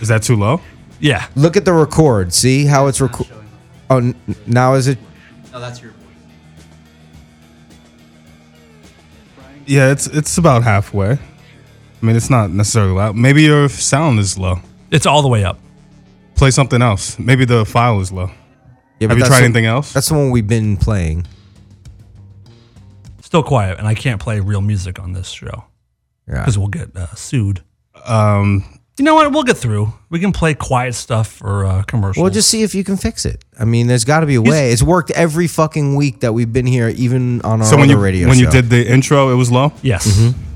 Speaker 5: Is that too low?
Speaker 4: Yeah.
Speaker 2: Look at the record. See how it's record. Oh, n- now is it?
Speaker 3: No, that's your.
Speaker 5: Yeah, it's it's about halfway. I mean, it's not necessarily loud. Maybe your sound is low.
Speaker 4: It's all the way up.
Speaker 5: Play something else. Maybe the file is low.
Speaker 2: Yeah, but
Speaker 5: Have you
Speaker 2: that's
Speaker 5: tried
Speaker 2: the-
Speaker 5: anything else?
Speaker 2: That's the one we've been playing.
Speaker 4: Still quiet, and I can't play real music on this show
Speaker 2: Yeah.
Speaker 4: because we'll get uh, sued.
Speaker 5: um,
Speaker 4: You know what? We'll get through. We can play quiet stuff or uh, commercials.
Speaker 2: Well, just see if you can fix it. I mean, there's got to be a way. It's worked every fucking week that we've been here, even on our
Speaker 5: so when
Speaker 2: other
Speaker 5: you
Speaker 2: radio
Speaker 5: when you
Speaker 2: show.
Speaker 5: did the intro, it was low.
Speaker 4: yes.
Speaker 5: Mm-hmm.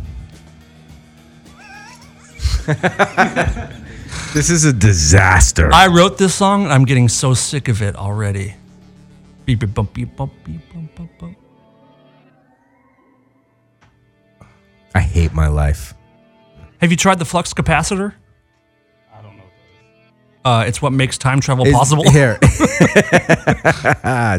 Speaker 2: this is a disaster.
Speaker 4: I wrote this song, and I'm getting so sick of it already. Beep beep bump beep bump beep bump bump bump.
Speaker 2: I hate my life.
Speaker 4: Have you tried the flux capacitor? I don't know. Uh, it's what makes time travel
Speaker 2: It's-
Speaker 4: possible.
Speaker 2: Here.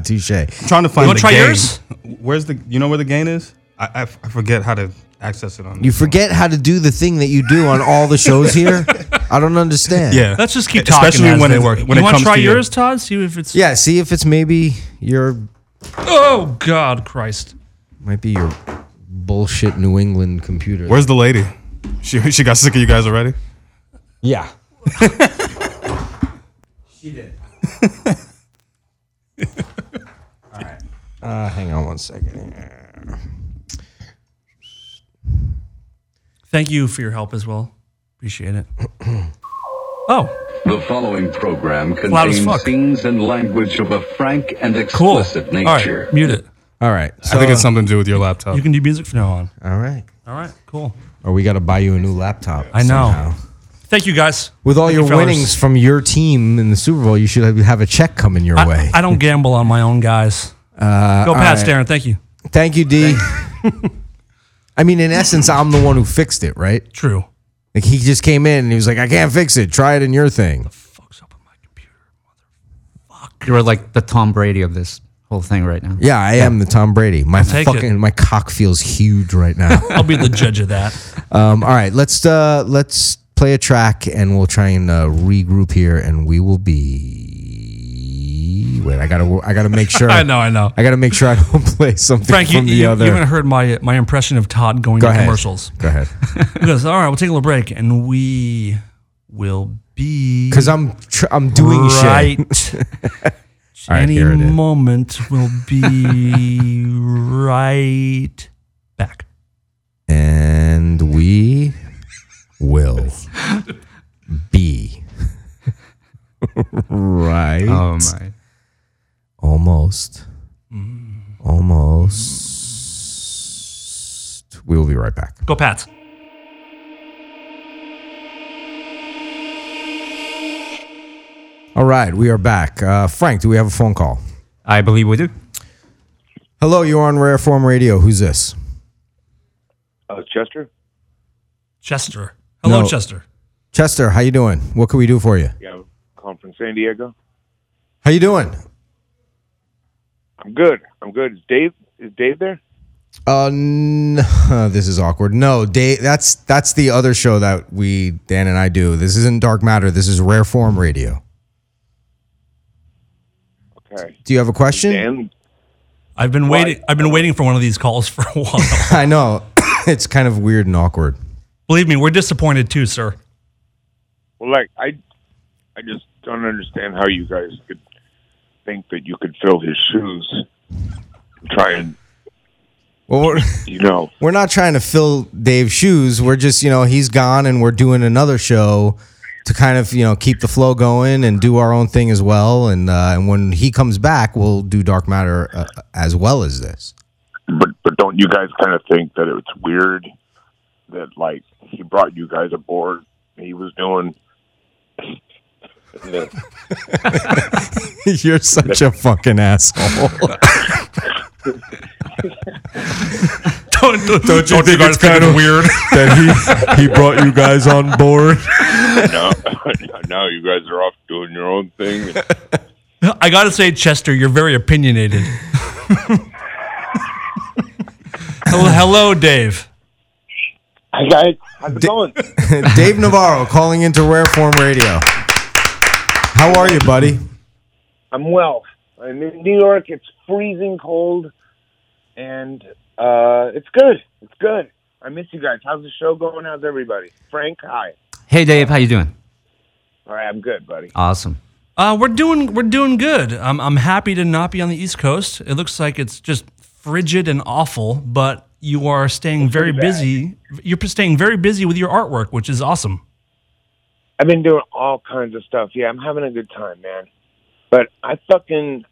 Speaker 2: Touche.
Speaker 5: I'm trying to find.
Speaker 4: wanna
Speaker 5: the
Speaker 4: try
Speaker 5: gain.
Speaker 4: yours?
Speaker 5: Where's the? You know where the gain is? I, I, f- I forget how to access it on.
Speaker 2: You
Speaker 5: this one.
Speaker 2: forget how to do the thing that you do on all the shows here? I don't understand.
Speaker 5: Yeah.
Speaker 4: Let's just keep talking.
Speaker 5: Especially
Speaker 4: as
Speaker 5: when
Speaker 4: they
Speaker 5: it-
Speaker 4: work.
Speaker 5: when
Speaker 4: you
Speaker 5: it
Speaker 4: wanna
Speaker 5: comes
Speaker 4: try
Speaker 5: to your-
Speaker 4: yours, Todd? See if it's.
Speaker 2: Yeah, see if it's maybe your
Speaker 4: Oh God, Christ!
Speaker 2: might be your bullshit New England computer.
Speaker 5: Where's the lady? She she got sick of you guys already.
Speaker 2: yeah.
Speaker 3: She did.
Speaker 2: Uh, hang on one second.
Speaker 4: Thank you for your help as well. Appreciate it. oh,
Speaker 1: The following program
Speaker 4: Loud as fuck.
Speaker 1: contains scenes and language of a frank and
Speaker 4: cool.
Speaker 1: explicit
Speaker 4: All
Speaker 1: nature.
Speaker 4: right, mute it.
Speaker 2: All right.
Speaker 5: I think it's something to do with your laptop.
Speaker 4: You can do music from now on.
Speaker 2: all right.
Speaker 4: All Oh. right, cool.
Speaker 2: Or we got to buy you a new laptop.
Speaker 4: I know.
Speaker 2: somehow.
Speaker 4: Thank you guys.
Speaker 2: With all
Speaker 4: Thank you,
Speaker 2: your
Speaker 4: fellas.
Speaker 2: winnings from your team in the Super Bowl, you should have- have a check coming your way.
Speaker 4: I, I don't gamble on my own guys.
Speaker 2: Uh,
Speaker 4: Go
Speaker 2: all
Speaker 4: Pats,
Speaker 2: right.
Speaker 4: Darren. Thank you.
Speaker 2: Thank you, D. I mean, in essence, I'm the one who fixed it, right?
Speaker 4: True.
Speaker 2: Like he just came in and he was like, "I can't fix it. Try it in your thing."
Speaker 4: Fucks up on my computer.
Speaker 3: You were like the Tom Brady of this whole thing right now.
Speaker 2: Yeah, I am the Tom Brady. My
Speaker 4: take it.
Speaker 2: fucking my cock feels huge right now.
Speaker 4: I'll be the judge of that.
Speaker 2: um, all right, let's uh, let's play a track and we'll try and uh, regroup here, and we will be. Wait, I gotta I gotta make sure.
Speaker 4: I know, I know.
Speaker 2: I gotta make sure I don't play something
Speaker 4: Frank, you,
Speaker 2: from the
Speaker 4: you,
Speaker 2: other.
Speaker 4: you haven't heard my my impression of Todd going
Speaker 2: Go
Speaker 4: to
Speaker 2: ahead.
Speaker 4: commercials.
Speaker 2: Go ahead.
Speaker 4: He goes, all right, we'll take a little break, and we will be
Speaker 2: Because I'm tr- I'm doing shit.
Speaker 4: right.
Speaker 2: right,
Speaker 4: Any
Speaker 2: here it is.
Speaker 4: moment will be right back.
Speaker 2: and we will be right
Speaker 4: Um,
Speaker 3: Oh my.
Speaker 2: almost Mm. almost we will be right back
Speaker 4: Go Pats.
Speaker 2: all right we are back uh, frank do we have a phone call
Speaker 3: I believe we do.
Speaker 2: hello you're on rare form radio who's this
Speaker 6: Uh, Chester?
Speaker 4: Chester. Hello,
Speaker 2: No.
Speaker 4: Chester.
Speaker 2: chester how you doing what can we do for you
Speaker 6: Yeah, I'm calling from San Diego.
Speaker 2: how you doing
Speaker 6: I'm good. I'm good. Is Dave? Is Dave there?
Speaker 2: uh, n- this is awkward. No, Dave, that's that's the other show that we Dan and I do. This isn't Dark Matter. This is Rare Form Radio.
Speaker 6: Okay.
Speaker 2: Do you have a question?
Speaker 6: Dan?
Speaker 4: I've been
Speaker 6: Why?
Speaker 4: waiting. I've been waiting for one of these calls for a while.
Speaker 2: I know. it's kind of weird and awkward.
Speaker 4: Believe me, we're disappointed too, sir.
Speaker 6: Well, like I, I just don't understand how you guys could think that you could fill his shoes. Try and
Speaker 2: Well, we're,
Speaker 6: you know.
Speaker 2: we're not trying to fill Dave's shoes. We're just, you know, he's gone and we're doing another show to kind of, you know, keep the flow going and do our own thing as well. And uh, and when he comes back, we'll do Dark Matter uh, as well as this.
Speaker 6: But but don't you guys kind of think that it's weird that like he brought you guys aboard? He was doing.
Speaker 2: You're such a fucking asshole.
Speaker 4: Don't, don't,
Speaker 5: you think
Speaker 4: guys
Speaker 5: it's kind of weird that he he brought you guys on board?
Speaker 6: no, now you guys are off doing your own thing.
Speaker 4: I gotta say, Chester, you're very opinionated. hello, hello, Dave.
Speaker 6: Hi guys, how's it going?
Speaker 2: Dave Navarro calling into Rare Form Radio. How are you, buddy?
Speaker 6: I'm well. I'm in New York. It's freezing cold, and uh, it's good. It's good. I miss you guys. How's the show going? How's everybody? Frank, hi.
Speaker 3: Hey Dave, how you doing?
Speaker 6: All right, I'm good, buddy.
Speaker 3: Awesome.
Speaker 4: Uh, we're doing we're doing good. I'm I'm happy to not be on the East Coast. It looks like it's just frigid and awful, but you are staying very
Speaker 6: bad.
Speaker 4: busy. You're staying very busy with your artwork, which is awesome.
Speaker 6: I've been doing all kinds of stuff. Yeah, I'm having a good time, man. But I fucking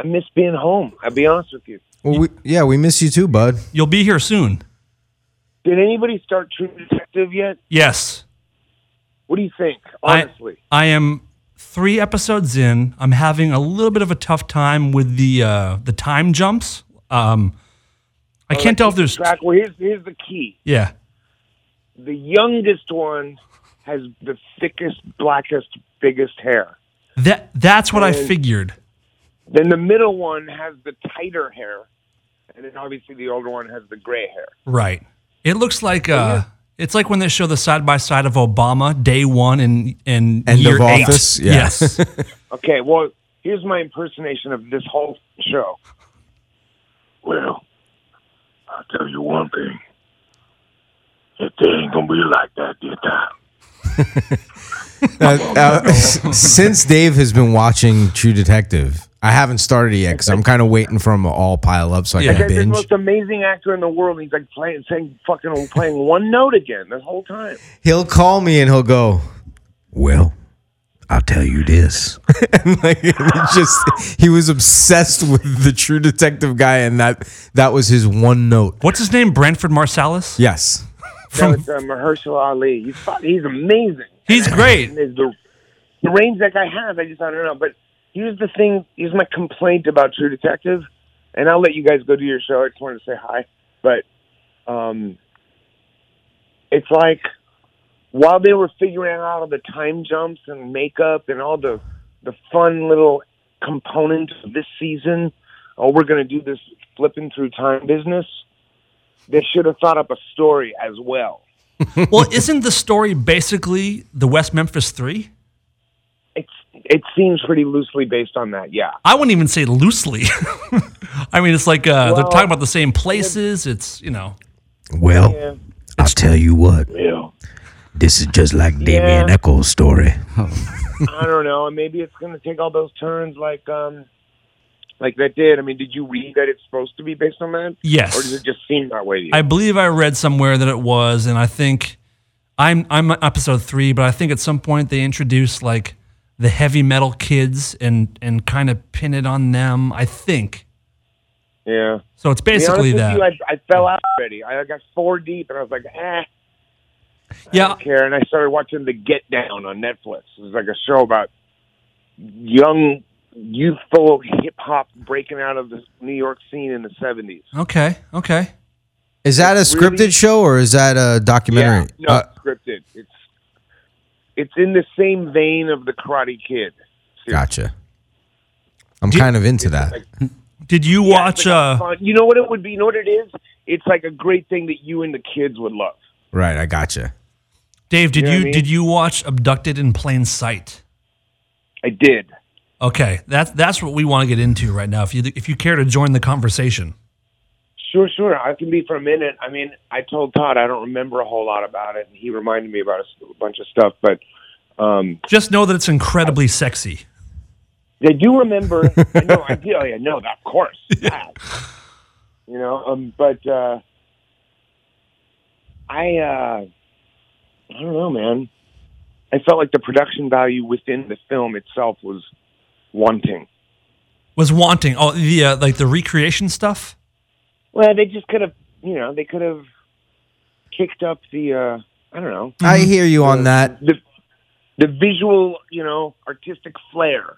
Speaker 6: I miss being home. I'll be honest with you.
Speaker 2: Well, we, yeah, we miss you too, bud.
Speaker 4: You'll be here soon.
Speaker 6: Did anybody start True Detective yet?
Speaker 4: Yes,
Speaker 6: What do you think?
Speaker 4: I-
Speaker 6: Honestly,
Speaker 4: I am three episodes in. I'm having a little bit of a tough time with the uh, the time jumps. Um, I can't tell if there's
Speaker 6: track. Well, here's here's the key.
Speaker 4: yeah.
Speaker 6: The youngest one has the thickest, blackest, biggest hair.
Speaker 4: That that's what I
Speaker 6: Oh.
Speaker 4: figured.
Speaker 6: Then the middle one has the tighter hair, and then obviously the older one has the gray hair.
Speaker 4: Right. It looks like uh it's like when they show the side by side of Obama day one and and
Speaker 2: End
Speaker 4: year
Speaker 2: of
Speaker 4: eight.
Speaker 2: office, yeah.
Speaker 4: Yes.
Speaker 6: Okay, well, here's my impersonation of this whole show. Well, I'll tell you one thing. It ain't gonna be like that this time.
Speaker 2: Uh, uh, since Dave has been watching True Detective, I haven't started it yet because I'm kind of waiting for them to all pile up so I
Speaker 4: Yeah.
Speaker 2: can
Speaker 6: He's the
Speaker 2: binge.
Speaker 6: most amazing actor in the world. He's like playing, saying fucking playing one note again this whole time.
Speaker 2: He'll call me and he'll go, "Well, I'll tell you this." and like he just he was obsessed with the True Detective guy, and that that was his one note.
Speaker 4: What's his name? Brentford Marsalis?
Speaker 2: Yes.
Speaker 6: That was uh, Mahershala Ali. He's fu- he's amazing.
Speaker 4: He's great.
Speaker 6: is the the range that guy has. I just I don't know. But here's the thing. Here's my complaint about True Detective, and I'll let you guys go do your show. I just wanted to say hi, but um, it's like while they were figuring out all the time jumps and makeup and all the the fun little components of this season, oh, we're going to do this flipping through time business. They should have thought up a story as well.
Speaker 4: Well, isn't the story basically the West Memphis Three?
Speaker 6: It's it seems pretty loosely based on that. Yeah.
Speaker 4: I wouldn't even say loosely. I mean, it's like uh, they're
Speaker 6: Well,
Speaker 4: talking about the same places. It's you know,
Speaker 7: Well,
Speaker 6: Yeah.
Speaker 7: I'll tell you what.
Speaker 6: Yeah.
Speaker 7: This is just like Damien
Speaker 6: Yeah.
Speaker 7: Echols' story.
Speaker 6: I don't know. and Maybe it's going to take all those turns like um like that did. I mean, did you read that it's supposed to be based on that?
Speaker 4: Yes.
Speaker 6: Or does it just seem that way to you?
Speaker 4: I believe I read somewhere that it was, and I think I'm I'm on episode three, but I think at some point they introduced like the heavy metal kids and and kind of pin it on them. I think
Speaker 6: yeah.
Speaker 4: so. It's
Speaker 6: To be honest
Speaker 4: basically
Speaker 6: with
Speaker 4: that.
Speaker 6: You, I, I fell out already. I got four deep, and I was like, eh,
Speaker 4: yeah,
Speaker 6: care. And I started watching The Get Down on Netflix. It was like a show about young, youthful hip hop breaking out of the New York scene in the seventies.
Speaker 4: Okay. Okay.
Speaker 2: Is that a
Speaker 6: It's
Speaker 2: scripted
Speaker 6: really-
Speaker 2: show or is that a documentary?
Speaker 6: Yeah, no,
Speaker 2: Uh,
Speaker 6: scripted. It's it's in the same vein of the Karate Kid. series.
Speaker 2: gotcha. I'm kind of into that.
Speaker 4: Did you
Speaker 6: Yeah,
Speaker 4: watch?
Speaker 6: it's like a
Speaker 4: uh,
Speaker 6: fun- you know what it would be? You know what it is? It's like a great thing that you and the kids would love.
Speaker 2: right, I gotcha.
Speaker 4: Dave, did
Speaker 6: know
Speaker 4: you,
Speaker 6: what I mean?
Speaker 4: did you watch Abducted in Plain Sight?
Speaker 6: I did.
Speaker 4: Okay, that's that's what we want to get into right now. If you if you care to join the conversation,
Speaker 6: Sure, sure. I can be for a minute. I mean, I told Todd I don't remember a whole lot about it, and he reminded me about a s- a bunch of stuff. But um,
Speaker 4: just know that it's incredibly sexy.
Speaker 6: They do remember. no, I do. Oh, yeah, no, of course. Wow. You know, um, but uh, I, uh, I don't know, man. I felt like the production value within the film itself was wanting.
Speaker 4: Was wanting. Oh, the uh, like the recreation stuff.
Speaker 6: Well, they just could have, you know, they could have kicked up the, uh, I don't know,
Speaker 2: I hear you on that.
Speaker 6: the the visual, you know, artistic flair.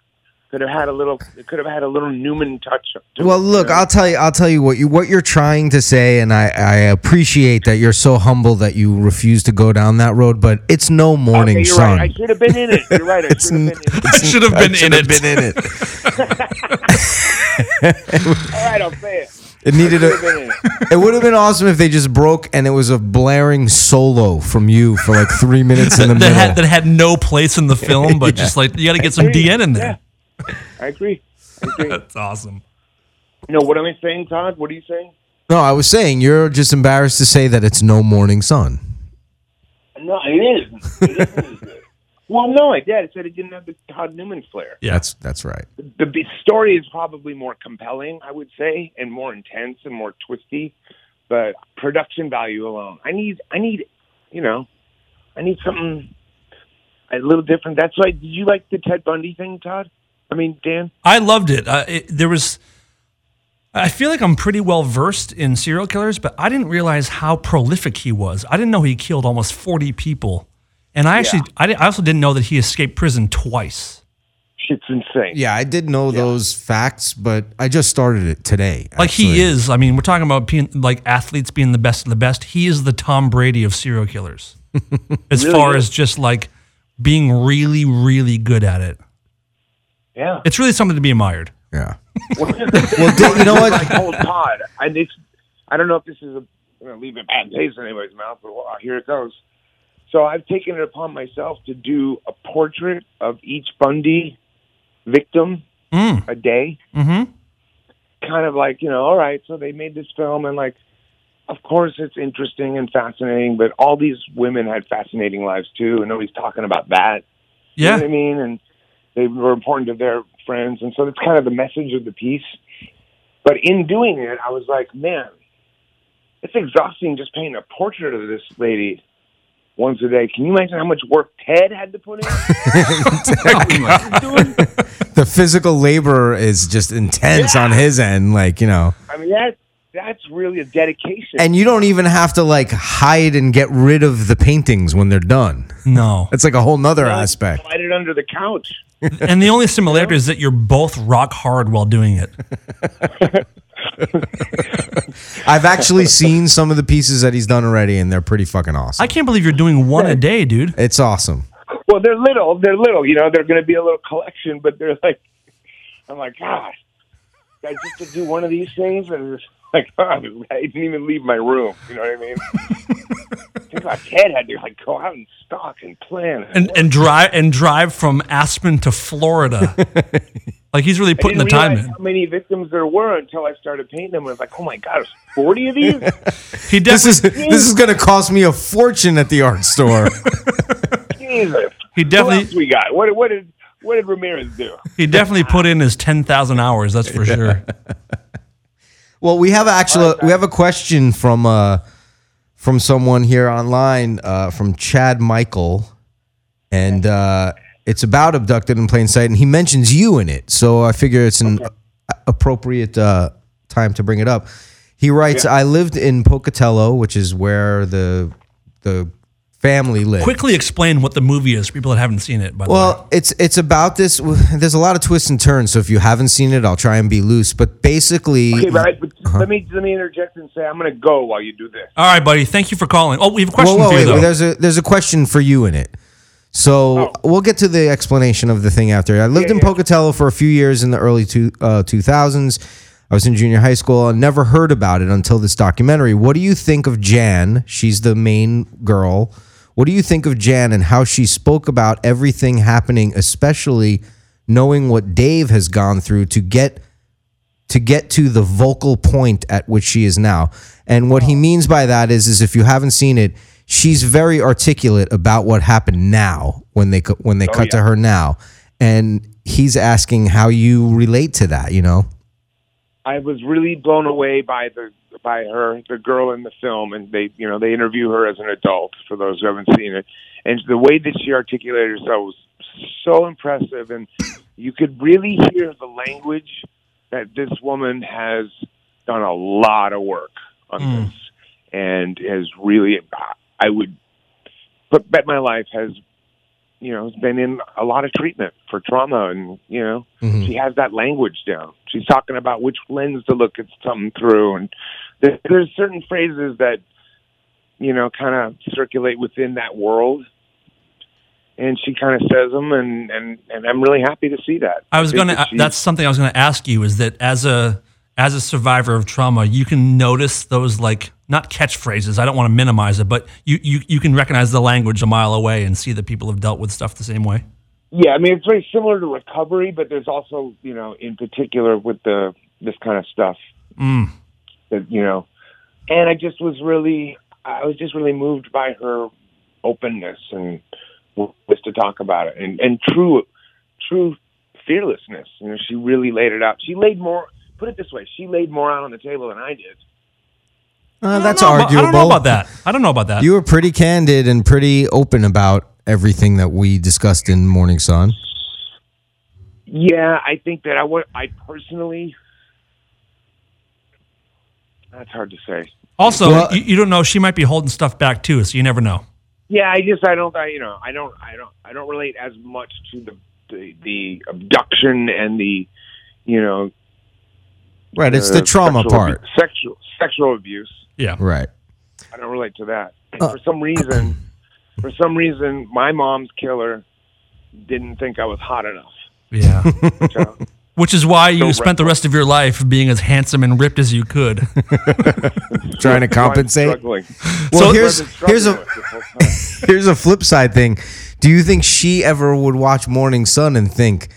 Speaker 6: Could have had a little. It could have had a little Newman touch. to it,
Speaker 2: Well,
Speaker 6: you
Speaker 2: look,
Speaker 6: know?
Speaker 2: I'll tell you. I'll tell you what you what you're trying to say, and I, I appreciate that you're so humble that you refuse to go down that road. But it's no morning
Speaker 6: okay, you're
Speaker 2: sun.
Speaker 6: Right. I should have been in it. You're right. I should have been in it.
Speaker 4: I should have been in it.
Speaker 2: in it.
Speaker 6: All right, I'll say it.
Speaker 2: It needed
Speaker 6: Should have
Speaker 2: a.
Speaker 6: been in it.
Speaker 2: It would have been awesome if they just broke and it was a blaring solo from you for like three minutes in the
Speaker 4: that
Speaker 2: middle.
Speaker 4: had that had no place in the film, but just like you got to get some DN in there.
Speaker 6: I agree. I agree.
Speaker 4: That's awesome.
Speaker 6: No, what am I saying, Todd? What are you saying?
Speaker 2: no, I was saying you're just embarrassed to say that it's no morning sun.
Speaker 6: No, it is. It isn't. well, no, I did. I said it didn't have the Todd Newman flair.
Speaker 4: Yeah.
Speaker 2: That's that's right.
Speaker 6: The, the story is probably more compelling, I would say, and more intense and more twisty. But production value alone, I need, I need, you know, I need something a little different. That's why. Did you like the Ted Bundy thing, Todd? I mean, Dan.
Speaker 4: I loved it. Uh, it. There was. I feel like I'm pretty well versed in serial killers, but I didn't realize how prolific he was. I didn't know he killed almost 40 people, and I actually, I, di- I also didn't know that he escaped prison twice.
Speaker 6: It's insane.
Speaker 2: Yeah, I did know those facts, but I just started it today.
Speaker 4: Like he
Speaker 2: actually.
Speaker 4: is. I mean, we're talking about being, like athletes being the best of the best. He is the Tom Brady of serial killers, as
Speaker 6: Really
Speaker 4: far
Speaker 6: is.
Speaker 4: as just like being really, really good at it.
Speaker 6: yeah.
Speaker 4: It's really something to be admired.
Speaker 2: Yeah.
Speaker 6: well,
Speaker 2: Dave, you know what?
Speaker 6: I told Todd, and it's, I don't know if this is a, I'm going to leave a bad taste in anybody's mouth, but well, uh, here it goes. So I've taken it upon myself to do a portrait of each Bundy victim
Speaker 4: Mm.
Speaker 6: a day.
Speaker 4: Mm-hmm.
Speaker 6: Kind of like, you know, all right, so they made this film, and like, of course it's interesting and fascinating, but all these women had fascinating lives too, and nobody's talking about that. You know what
Speaker 4: Yeah.
Speaker 6: I mean? And they were important to their friends. And so that's kind of the message of the piece. But in doing it, I was like, man, it's exhausting just painting a portrait of this lady once a day. Can you imagine how much work Ted had to put in?
Speaker 2: The physical labor is just intense on his end. Like, you know,
Speaker 6: I mean, that That's really a dedication.
Speaker 2: And you don't even have to like hide and get rid of the paintings when they're done.
Speaker 4: No.
Speaker 2: That's like a whole nother aspect.
Speaker 6: Slide it under the couch.
Speaker 4: and the only similarity is that you're both rock hard while doing it.
Speaker 2: I've actually seen some of the pieces that he's done already, and they're pretty fucking awesome.
Speaker 4: I can't believe you're doing one a day, dude.
Speaker 2: it's awesome.
Speaker 6: Well, they're little. They're little. You know, they're going to be a little collection, but they're like, I'm like, gosh, I just to do one of these things, and it's like, I didn't even leave my room. You know what I mean? I think my dad had to like go out and stock and plan.
Speaker 4: And and drive and drive from Aspen to Florida. like he's really
Speaker 6: I
Speaker 4: putting the
Speaker 6: didn't
Speaker 4: time
Speaker 6: realize
Speaker 4: in.
Speaker 6: how many victims there were until I started painting them. I was like, oh my god, there's 40 of these.
Speaker 4: He
Speaker 2: This
Speaker 4: definitely
Speaker 2: is this is gonna cost me a fortune at the art store.
Speaker 6: Jesus.
Speaker 4: he
Speaker 6: Who else
Speaker 4: definitely
Speaker 6: we got? What, what did what did Ramirez do?
Speaker 4: he definitely put in his ten thousand hours. That's for sure.
Speaker 2: Well, we have actually we have a question from uh from someone here online uh, from Chad Michael, and uh, it's about abducted in plain sight, and he mentions you in it, so I figure it's an a- appropriate uh, time to bring it up. He writes, "I lived in Pocatello, which is where the the family lived."
Speaker 4: Quickly explain what the movie is. for People that haven't seen it, by the way.
Speaker 2: Well, it's it's about this. There's a lot of twists and turns, so if you haven't seen it, I'll try and be loose. But basically,
Speaker 6: Okay, but, I, but
Speaker 4: Uh-huh.
Speaker 6: let me let me interject and say I'm going to go while you do this.
Speaker 4: All right, buddy. Thank you for calling. Oh, we have a question
Speaker 2: Whoa, whoa,
Speaker 4: for you
Speaker 2: wait,
Speaker 4: though. Oh.
Speaker 2: There's a there's a question for you in it. So we'll get to the explanation of the thing after. I lived in Pocatello for a few years in the early two uh, two thousands. I was in junior high school. I never heard about it until this documentary. What do you think of Jan? She's the main girl. What do you think of Jan and how she spoke about everything happening, especially knowing what Dave has gone through to get to get to the vocal point at which she is now. And what he means by that is, is if you haven't seen it, she's very articulate about what happened now when they cu-
Speaker 4: Oh,
Speaker 2: when they cut to her now, and he's asking how you relate to that. You know,
Speaker 6: I was really blown away by the by her, the girl in the film, and they you know they interview her as an adult for those who haven't seen it, and the way that she articulated herself was so impressive, and you could really hear the language that this woman has done a lot of work on
Speaker 4: Hmm.
Speaker 6: this, and has really I would put bet my life has you know has been in a lot of treatment for trauma, and you know
Speaker 4: Mm-hmm.
Speaker 6: she has that language down. She's talking about which lens to look at something through, and there, there's certain phrases that you know kind of circulate within that world. And she kind of says them, and and and I'm really happy to see that.
Speaker 4: I was
Speaker 6: think
Speaker 4: gonna.
Speaker 6: that she-
Speaker 4: that's something I was gonna ask you. Is that as a as a survivor of trauma, you can notice those like not catchphrases. I don't want to minimize it, but you you you can recognize the language a mile away and see that people have dealt with stuff the same way.
Speaker 6: yeah. I mean, it's very similar to recovery, but there's also you know, in particular with the this kind of stuff,
Speaker 4: Mm.
Speaker 6: that you know and i just was really i was just really moved by her openness and willingness to talk about it and and true true fearlessness you know she really laid it out she laid more put it this way she laid more out on the table than i did
Speaker 2: uh, that's
Speaker 4: I don't know about-
Speaker 2: arguable.
Speaker 4: I don't know about that. I don't know about that.
Speaker 2: You were pretty candid and pretty open about everything that we discussed in Morning Sun.
Speaker 6: yeah i think that i would i personally that's hard to say
Speaker 4: also,
Speaker 2: Well-
Speaker 4: you, you don't know. She might be holding stuff back too, so you never know.
Speaker 6: Yeah, I just I don't I, you know I don't I don't I don't relate as much to the the, the abduction and the you know
Speaker 2: Right, it's the
Speaker 6: uh,
Speaker 2: trauma
Speaker 6: sexual
Speaker 2: part.
Speaker 6: abu- sexual sexual abuse.
Speaker 4: Yeah.
Speaker 2: Right.
Speaker 6: I don't relate to that. And
Speaker 2: Uh,
Speaker 6: for some reason, for some reason, my mom's killer didn't think I was hot enough.
Speaker 4: Yeah.
Speaker 6: So,
Speaker 4: Which is why you
Speaker 6: So
Speaker 4: spent the rest of your life being as handsome and ripped as you could.
Speaker 2: Trying to
Speaker 6: I'm
Speaker 2: compensate.
Speaker 6: struggling.
Speaker 2: Well,
Speaker 4: So-
Speaker 2: here's
Speaker 6: I've been
Speaker 2: here's
Speaker 6: struggling
Speaker 2: a
Speaker 6: with this whole time.
Speaker 2: Here's a flip side thing. Do you think she ever would watch Morning Sun and think,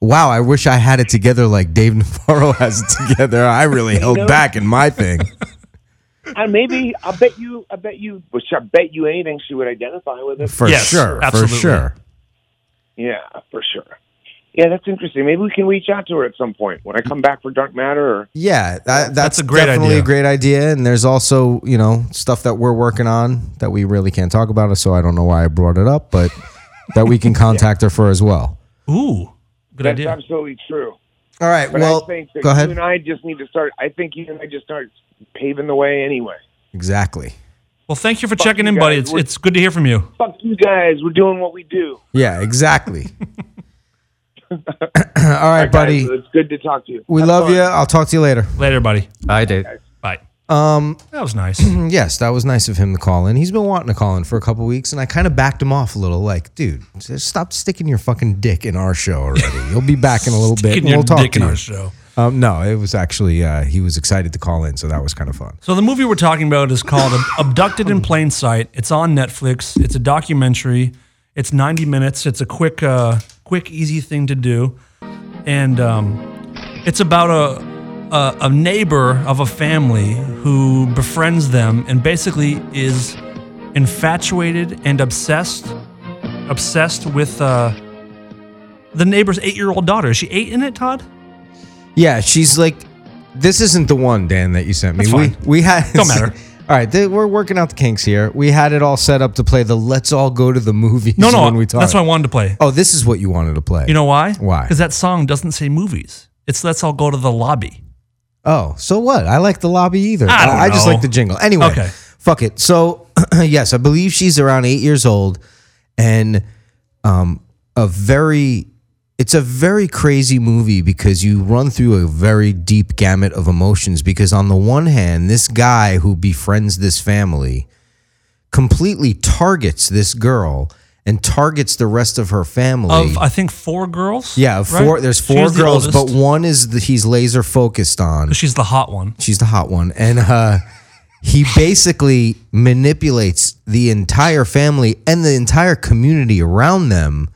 Speaker 2: wow, I wish I had it together like Dave Navarro has it together? I really held back in my thing.
Speaker 6: And maybe I bet you I bet you which I bet you anything she would identify with it.
Speaker 2: For
Speaker 4: Yes,
Speaker 2: sure.
Speaker 4: absolutely.
Speaker 2: For sure.
Speaker 6: Yeah, for sure. Yeah, that's interesting. Maybe we can reach out to her at some point when I come back for Dark Matter. Or,
Speaker 2: Yeah, that, that's,
Speaker 4: a great
Speaker 2: definitely
Speaker 4: idea.
Speaker 2: a great idea. And there's also, you know, stuff that we're working on that we really can't talk about. So I don't know why I brought it up, but that we can contact her for as well.
Speaker 4: Ooh, good
Speaker 6: that's
Speaker 4: idea.
Speaker 6: absolutely true.
Speaker 2: All right.
Speaker 6: But
Speaker 2: well,
Speaker 6: I think that
Speaker 2: go
Speaker 6: you
Speaker 2: ahead.
Speaker 6: and I just need to start. I think you and I just start paving the way anyway.
Speaker 2: Exactly.
Speaker 4: Well, thank you for
Speaker 6: Fuck
Speaker 4: checking
Speaker 6: you
Speaker 4: in,
Speaker 6: guys.
Speaker 4: buddy. It's,
Speaker 6: We're-
Speaker 4: it's good to hear from you.
Speaker 6: Fuck you guys. We're doing what we do.
Speaker 2: Yeah, exactly. All right, buddy.
Speaker 6: Guys, it's good to talk to you.
Speaker 2: We
Speaker 6: Have
Speaker 2: love
Speaker 6: fun.
Speaker 2: you. I'll talk to you later.
Speaker 4: Later, buddy.
Speaker 3: I did.
Speaker 4: Bye.
Speaker 2: Um,
Speaker 4: That was nice.
Speaker 2: yes, that was nice of him to call in. He's been wanting to call in for a couple weeks, and I kind of backed him off a little. Like, dude, just stop sticking your fucking dick in our show already. You'll be back in a little bit.
Speaker 4: Sticking
Speaker 2: And
Speaker 4: your
Speaker 2: we'll talk
Speaker 4: dick
Speaker 2: to
Speaker 4: in
Speaker 2: you.
Speaker 4: our show.
Speaker 2: Um, no, it was actually uh, he was excited to call in, so that was kind of fun.
Speaker 4: So the movie we're talking about is called Abducted in Plain Sight. It's on Netflix. It's a documentary. It's 90 minutes. It's a quick, uh, quick, easy thing to do, and um, it's about a, a a neighbor of a family who befriends them and basically is infatuated and obsessed, obsessed with uh, the neighbor's eight-year-old daughter. Is she eight in it, Todd?
Speaker 2: Yeah, she's like, this isn't the one, Dan, that you sent me.
Speaker 4: That's fine.
Speaker 2: We we had
Speaker 4: Don't matter.
Speaker 2: All right, th- we're working out the kinks here. We had it all set up to play the "Let's all go to the movies."
Speaker 4: No, no.
Speaker 2: when we talked.
Speaker 4: that's what I wanted to play.
Speaker 2: Oh, this is what you wanted to play.
Speaker 4: You know why?
Speaker 2: Why?
Speaker 4: Because that song doesn't say movies. It's let's all go to the lobby.
Speaker 2: Oh, so what? I like the lobby either.
Speaker 4: I don't
Speaker 2: just
Speaker 4: know.
Speaker 2: like the jingle. Anyway,
Speaker 4: Okay.
Speaker 2: fuck it. So, yes, I believe she's around eight years old, and um, a very, it's a very crazy movie because you run through a very deep gamut of emotions. Because on the one hand, this guy who befriends this family completely targets this girl and targets the rest of her family.
Speaker 4: Of I think four girls.
Speaker 2: yeah,
Speaker 4: right?
Speaker 2: four. There's four
Speaker 4: She's the
Speaker 2: girls,
Speaker 4: oldest.
Speaker 2: but one is the, he's laser focused on.
Speaker 4: she's the hot one.
Speaker 2: She's the hot one. And uh, he basically manipulates the entire family and the entire community around them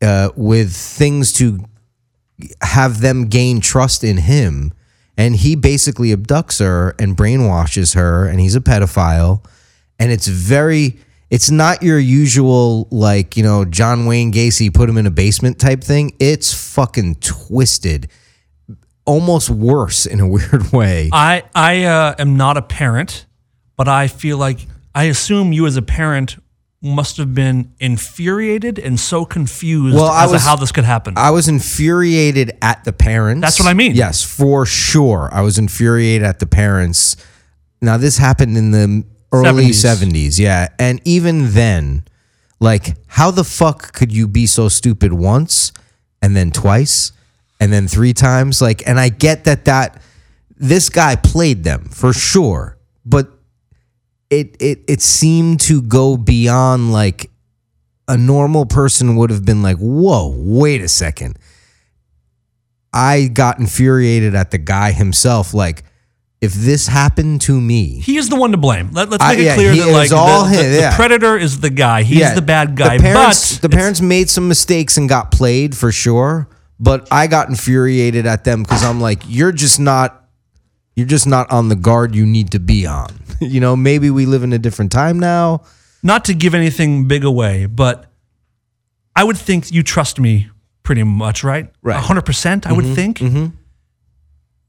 Speaker 2: uh, with things to have them gain trust in him. And he basically abducts her and brainwashes her, and he's a pedophile. And it's very, it's not your usual, like, you know, John Wayne Gacy put him in a basement type thing. It's fucking twisted, almost worse in a weird way.
Speaker 4: I I uh, am not a parent, but I feel like I assume you as a parent must have been infuriated and so confused
Speaker 2: Well, I
Speaker 4: as
Speaker 2: was-
Speaker 4: to how this could happen.
Speaker 2: I was infuriated at the parents.
Speaker 4: Mm-hmm. That's what I mean.
Speaker 2: Yes, for sure. I was infuriated at the parents. Now this happened in the early
Speaker 4: 70s.
Speaker 2: 70s, yeah. And even then, like how the fuck could you be so stupid once and then twice and then three times like and I get that that this guy played them for sure, but it it it seemed to go beyond like a normal person would have been like, "Whoa, wait a second. I got infuriated at the guy himself. Like, if this happened to me,
Speaker 4: he is the one to blame. Let, us
Speaker 2: I-
Speaker 4: make it
Speaker 2: yeah,
Speaker 4: clear
Speaker 2: he
Speaker 4: that
Speaker 2: is
Speaker 4: like the-
Speaker 2: all
Speaker 4: the,
Speaker 2: him,
Speaker 4: the
Speaker 2: yeah.
Speaker 4: predator is the guy. He's the bad guy.
Speaker 2: The parents,
Speaker 4: but
Speaker 2: the parents made some mistakes and got played for sure. But I got infuriated at them because I'm like, you're just not, you're just not on the guard you need to be on. you know, maybe we live in a different time now.
Speaker 4: not to give anything big away, but I would think you trust me pretty much, right?
Speaker 2: Right. Mm-hmm.
Speaker 4: 100%, I would think.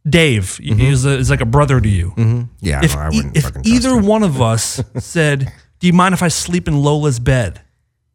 Speaker 4: Dave is, a, is like a brother to you.
Speaker 2: Yeah,
Speaker 4: If,
Speaker 2: no, Mm-hmm. Oh, I
Speaker 4: e-
Speaker 2: wouldn't
Speaker 4: if
Speaker 2: fucking trust
Speaker 4: either
Speaker 2: him.
Speaker 4: one of us said, Do you mind if I sleep in Lola's bed?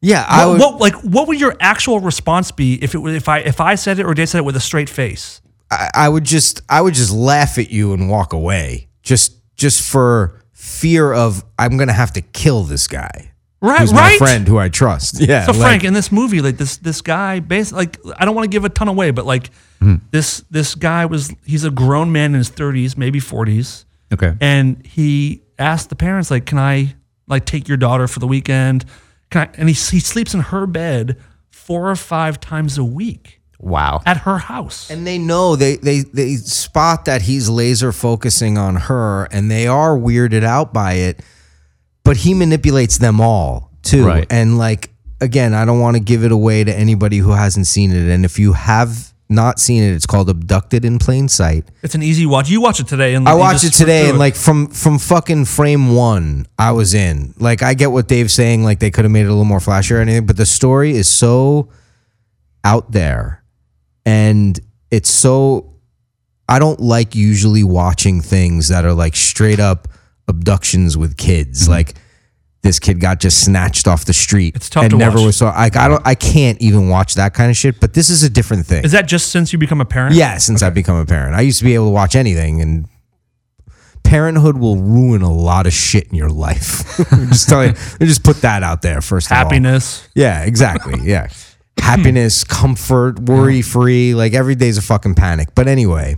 Speaker 2: yeah, I
Speaker 4: What,
Speaker 2: would.
Speaker 4: what- like what would your actual response be if it was if I if I said it or Dave said it with a straight face?
Speaker 2: I, I would just I would just laugh at you and walk away just just for fear of I'm gonna have to kill this guy
Speaker 4: Right,
Speaker 2: who's
Speaker 4: right.
Speaker 2: my friend who I trust. Yeah,
Speaker 4: So
Speaker 2: like-
Speaker 4: Frank, in this movie, like this this guy, bas like I don't want to give a ton away, but like
Speaker 2: Mm-hmm.
Speaker 4: this this guy was he's a grown man in his thirties, maybe forties,
Speaker 3: Okay.
Speaker 4: and he asked the parents like, "Can I like take your daughter for the weekend?" Can I? And he he sleeps in her bed four or five times a week
Speaker 3: Wow.
Speaker 4: at her house.
Speaker 2: and they know they they they spot that he's laser focusing on her, and they are weirded out by it. But he manipulates them all too,
Speaker 3: Right.
Speaker 2: and like again, I don't want to give it away to anybody who hasn't seen it. And if you have not seen it, it's called Abducted in Plain Sight.
Speaker 4: it's an easy watch. You watch it today, and
Speaker 2: I
Speaker 4: you
Speaker 2: watched it
Speaker 4: just
Speaker 2: today,
Speaker 4: through
Speaker 2: and like from from fucking frame one, I was in. Like, I get what Dave's saying. Like, they could have made it a little more flashy or anything, but the story is so out there, and it's so. I don't like usually watching things that are like straight up abductions with kids. Like, this kid got just snatched off the street
Speaker 4: Mm-hmm. It's tough
Speaker 2: and
Speaker 4: to
Speaker 2: never
Speaker 4: watch.
Speaker 2: was so. Like, I don't. I can't even watch that kind of shit. But this is a different thing.
Speaker 4: is that just since you become a parent?
Speaker 2: Yeah, since I've become a parent. I used to be able to watch anything and Parenthood will ruin a lot of shit in your life. just tell you, just put that out there first. of all.
Speaker 4: Happiness.
Speaker 2: Yeah, exactly. Yeah. Happiness, comfort, worry free. Like every day's a fucking panic. But anyway,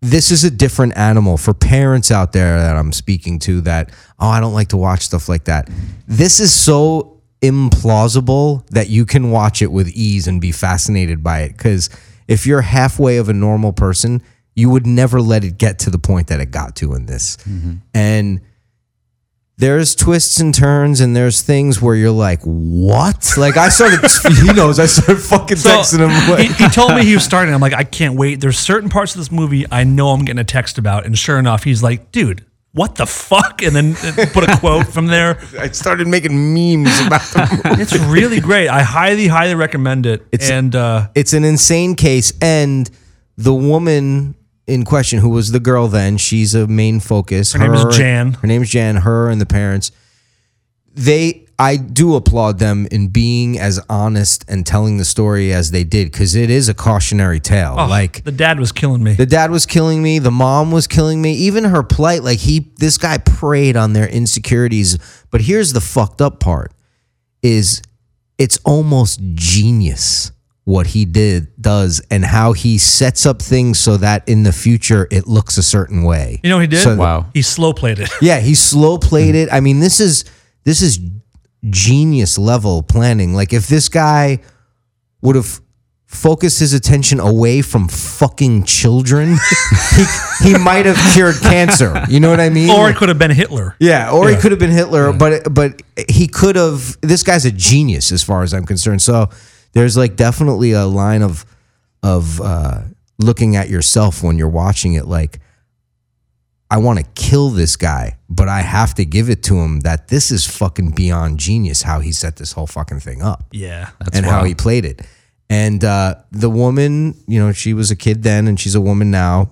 Speaker 2: this is a different animal for parents out there that I'm speaking to that, oh, I don't like to watch stuff like that. This is so implausible that you can watch it with ease and be fascinated by it. Because if you're halfway of a normal person, you would never let it get to the point that it got to in this. And there's twists and turns and there's things where you're like, what? Like I started, he knows, I started fucking
Speaker 4: So,
Speaker 2: texting him. Like,
Speaker 4: he, he told me he was starting. I'm like, I can't wait. There's certain parts of this movie I know I'm getting a text about. And sure enough, he's like, dude, what the fuck? And then uh, put a quote from there.
Speaker 2: I started making memes about the movie.
Speaker 4: It's really great. I highly, highly recommend it.
Speaker 2: It's-
Speaker 4: and uh,
Speaker 2: It's an insane case, and the woman in question, who was the girl then, she's a main focus. Her,
Speaker 4: name is Jan.
Speaker 2: Her name's Jan. Her and the parents. They, I do applaud them in being as honest and telling the story as they did, because it is a cautionary tale. like
Speaker 4: oh, the dad was killing me.
Speaker 2: the dad was killing me. The mom was killing me. Even her plight, like he, this guy preyed on their insecurities. But here's the fucked up part: is it's almost genius what he did does and how he sets up things so that in the future it looks a certain way.
Speaker 4: you know what he did?
Speaker 2: So-
Speaker 3: Wow.
Speaker 4: He slow played it.
Speaker 2: Yeah, he slow played it. I mean, this is this is genius level planning. Like if this guy would have focused his attention away from fucking children, he, he might have cured cancer. You know what I mean?
Speaker 4: Or it could have been Hitler.
Speaker 2: yeah, or he could have been Hitler, but but he could have. This guy's a genius, as far as I'm concerned. So there's like definitely a line of of uh, looking at yourself when you're watching it. Like, I want to kill this guy, but I have to give it to him that this is fucking beyond genius how he set this whole fucking thing up
Speaker 4: Yeah.
Speaker 2: and how he played it. And uh, the woman, you know, she was a kid then, and she's a woman now.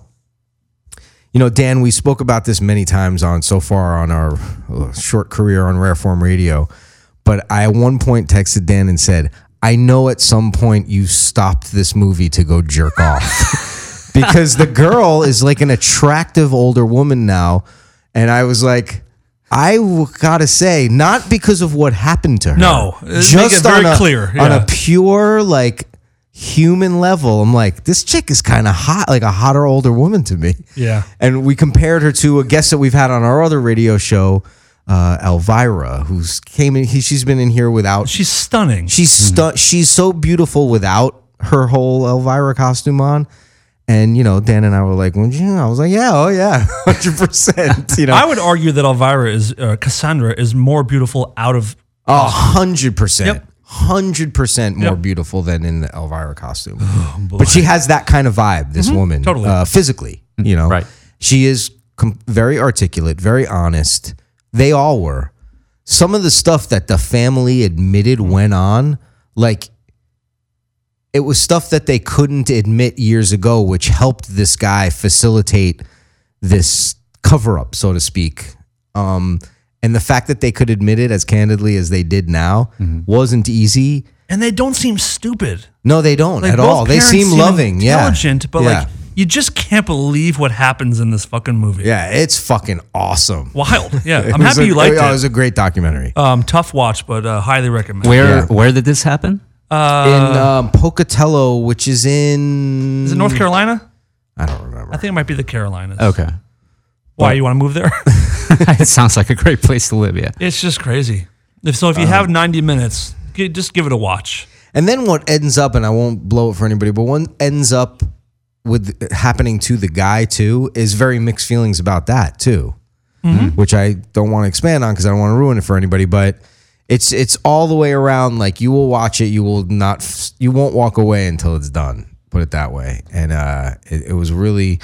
Speaker 2: You know, Dan, we spoke about this many times on so far on our uh, short career on Rare Form Radio, but I at one point texted Dan and said, "I know at some point you stopped this movie to go jerk off." because the girl is like an attractive older woman now. And I was like, I w- gotta say, not because of what happened to her.
Speaker 4: No, make it very
Speaker 2: on a,
Speaker 4: clear,
Speaker 2: On
Speaker 4: yeah.
Speaker 2: a pure like human level, I'm like, this chick is kind of hot, like a hotter older woman to me.
Speaker 4: Yeah.
Speaker 2: And we compared her to a guest that we've had on our other radio show, uh, Elvira, who's came in. He, she's been in here without
Speaker 4: She's stunning.
Speaker 2: She's
Speaker 4: Mm-hmm.
Speaker 2: stu- she's so beautiful without her whole Elvira costume on. And you know, Dan and I were like, "Would you?" I was like, "Yeah, oh yeah, hundred percent." You
Speaker 4: I
Speaker 2: know,
Speaker 4: would argue that Elvira is, uh, Cassandra is more beautiful out of
Speaker 2: a hundred percent,
Speaker 4: Yep.
Speaker 2: hundred percent more
Speaker 4: Yep. Oh,
Speaker 2: beautiful than in the Elvira costume. but she has that kind of vibe. This woman,
Speaker 4: Mm-hmm. totally.
Speaker 2: uh, physically, you know,
Speaker 3: right.
Speaker 2: She is com- very articulate, very honest. They all were. Some of the stuff that the family admitted went on, like it was stuff that they couldn't admit years ago, which helped this guy facilitate this cover up, so to speak. Um, and the fact that they could admit it as candidly as they did now wasn't easy.
Speaker 4: and they don't seem stupid
Speaker 2: No, they don't
Speaker 4: Like,
Speaker 2: at
Speaker 4: both
Speaker 2: all. They
Speaker 4: parents
Speaker 2: seem loving, yeah,
Speaker 4: intelligent, but
Speaker 2: Yeah.
Speaker 4: like you just can't believe what happens in this fucking movie.
Speaker 2: yeah, it's fucking awesome.
Speaker 4: wild. Yeah,
Speaker 2: It
Speaker 4: I'm
Speaker 2: was
Speaker 4: happy
Speaker 2: a-
Speaker 4: you liked
Speaker 2: oh, It was
Speaker 4: it.
Speaker 2: a great documentary
Speaker 4: Um, tough watch, but uh, highly recommend. Uh,
Speaker 3: Where
Speaker 2: Yeah.
Speaker 3: where did this happen?
Speaker 2: in um, Pocatello, which is in
Speaker 4: is it North Carolina?
Speaker 2: I don't remember.
Speaker 4: I think it might be the Carolinas.
Speaker 3: Okay.
Speaker 4: Why you want to move there?
Speaker 3: it sounds like a great place to live, yeah.
Speaker 4: it's just crazy. If so, if
Speaker 2: Um.
Speaker 4: you have 90 minutes, g- just give it a watch.
Speaker 2: And then what ends up, and I won't blow it for anybody, but one ends up with happening to the guy too is very mixed feelings about that too, which I don't want to expand on because I don't want to ruin it for anybody. But it's it's all the way around. Like you will watch it, you will not, f- you won't walk away until it's done. Put it that way, and uh, it, it was really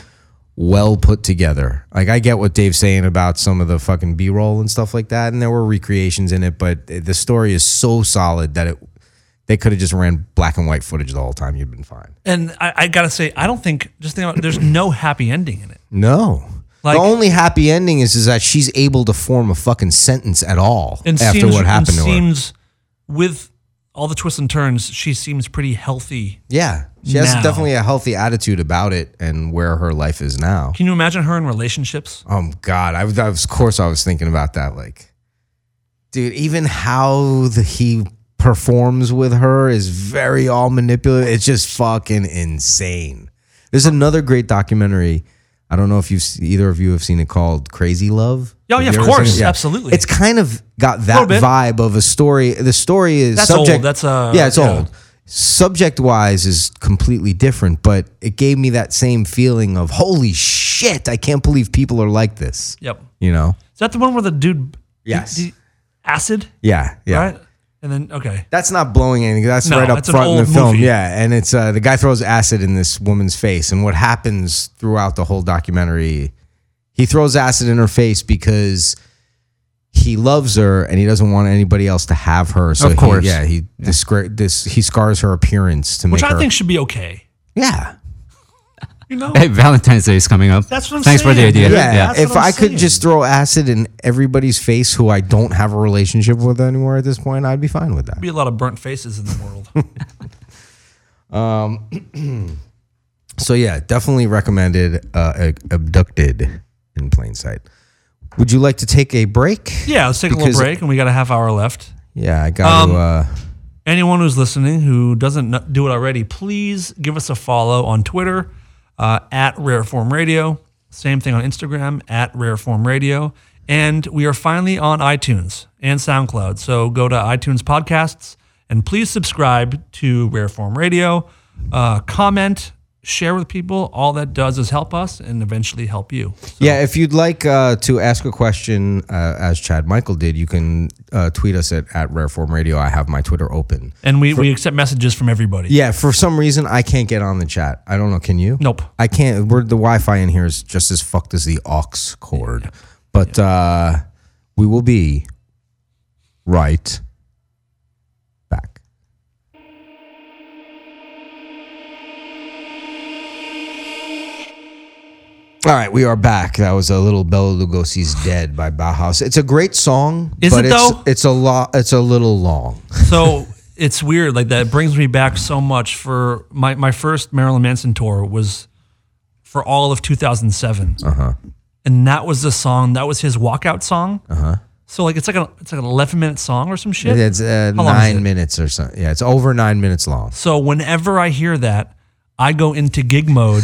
Speaker 2: well put together. Like I get what Dave's saying about some of the fucking B roll and stuff like that, and there were recreations in it, but the story is so solid that it they could have just ran black and white footage the whole time. You'd been fine.
Speaker 4: And I, I gotta say, I don't think just think about, there's no happy ending in it.
Speaker 2: No.
Speaker 4: Like-
Speaker 2: the only happy ending is, is that she's able to form a fucking sentence at all
Speaker 4: And
Speaker 2: after
Speaker 4: seems,
Speaker 2: what happened
Speaker 4: and
Speaker 2: to her.
Speaker 4: seems with all the twists and turns, she seems pretty healthy.
Speaker 2: Yeah, she has
Speaker 4: Now.
Speaker 2: definitely a healthy attitude about it and where her life is now.
Speaker 4: Can you imagine her in relationships?
Speaker 2: Um, God, I, was- I was, of course, I was thinking about that. Like, dude, even how the, he performs with her is very all manipulative. It's just fucking insane. There's another great documentary. I don't know if you've se- either of you have seen it called Crazy Love.
Speaker 4: Oh,
Speaker 2: Have you
Speaker 4: yeah, of
Speaker 2: ever seen
Speaker 4: course.
Speaker 2: it?
Speaker 4: Absolutely.
Speaker 2: It's kind of got
Speaker 4: Little
Speaker 2: that
Speaker 4: bit.
Speaker 2: vibe of a story. The story is
Speaker 4: That's
Speaker 2: subject.
Speaker 4: old. That's, uh,
Speaker 2: yeah, it's
Speaker 4: yeah.
Speaker 2: old. Subject wise is completely different, but it gave me that same feeling of holy shit! I can't believe people are like this.
Speaker 4: Yep.
Speaker 2: You know?
Speaker 4: Is that the one where the dude?
Speaker 2: Yes.
Speaker 4: the- the acid.
Speaker 2: Yeah, yeah.
Speaker 4: Right. And then okay.
Speaker 2: That's not blowing anything. That's
Speaker 4: No,
Speaker 2: right up
Speaker 4: that's an
Speaker 2: front in the
Speaker 4: old
Speaker 2: film.
Speaker 4: movie.
Speaker 2: Yeah, and it's uh, the guy throws acid in this woman's face, and what happens throughout the whole documentary, he throws acid in her face because he loves her and he doesn't want anybody else to have her. So
Speaker 3: Of course.
Speaker 2: he, yeah, he discra- this he scars her appearance to
Speaker 4: Which
Speaker 2: make
Speaker 4: I
Speaker 2: her.
Speaker 4: think should be okay.
Speaker 2: yeah,
Speaker 4: You know.
Speaker 3: Hey, Valentine's Day is coming up.
Speaker 4: That's what I'm
Speaker 3: Thanks for the
Speaker 4: saying.
Speaker 3: idea.
Speaker 2: yeah.
Speaker 4: that's
Speaker 2: If
Speaker 4: what I'm
Speaker 2: I could
Speaker 4: saying.
Speaker 2: just throw acid in everybody's face who I don't have a relationship with anymore at this point, I'd be fine with that.
Speaker 4: be a lot of burnt faces in the world.
Speaker 2: So yeah, definitely recommended uh, ab- abducted in plain sight. Would you like to take a break?
Speaker 4: yeah, let's take a
Speaker 2: Because-
Speaker 4: little break, and we got a half hour left.
Speaker 2: Yeah, I got
Speaker 4: Um,
Speaker 2: to. Uh,
Speaker 4: Anyone who's listening who doesn't kn- do it already, please give us a follow on Twitter uh, at Rareform Radio. Same thing on Instagram at Rareform Radio. And we are finally on iTunes and SoundCloud. So go to iTunes Podcasts and please subscribe to Rareform Radio. Uh, comment, share with people. All that does is help us and eventually help you.
Speaker 2: yeah, if you'd like uh, to ask a question, uh, as Chad Michael did, you can uh, tweet us at, at Rareform Radio. I have my Twitter open.
Speaker 4: And we, we accept messages from everybody.
Speaker 2: Yeah, for some reason I can't get on the chat. I don't know. Can you?
Speaker 4: Nope.
Speaker 2: I can't. We're, the Wi-Fi in here is just as fucked as the aux cord. But uh, we will be right back. All right, we are back. That was a little Bella Lugosi's "Dead" by Bauhaus. It's a great song,
Speaker 4: Is
Speaker 2: but
Speaker 4: it
Speaker 2: it's,
Speaker 4: though?
Speaker 2: it's a lot. It's a little long.
Speaker 4: So it's weird. Like that brings me back so much for my, my first Marilyn Manson tour was for all of 2007. Uh-huh. And that was the song, that was his walkout song. Uh-huh. So like, it's like a, it's like an 11 minute song or some shit.
Speaker 2: It's uh,
Speaker 4: How long is
Speaker 2: nine
Speaker 4: it?
Speaker 2: minutes or something. Yeah, it's over nine minutes long.
Speaker 4: So whenever I hear that, I go into gig mode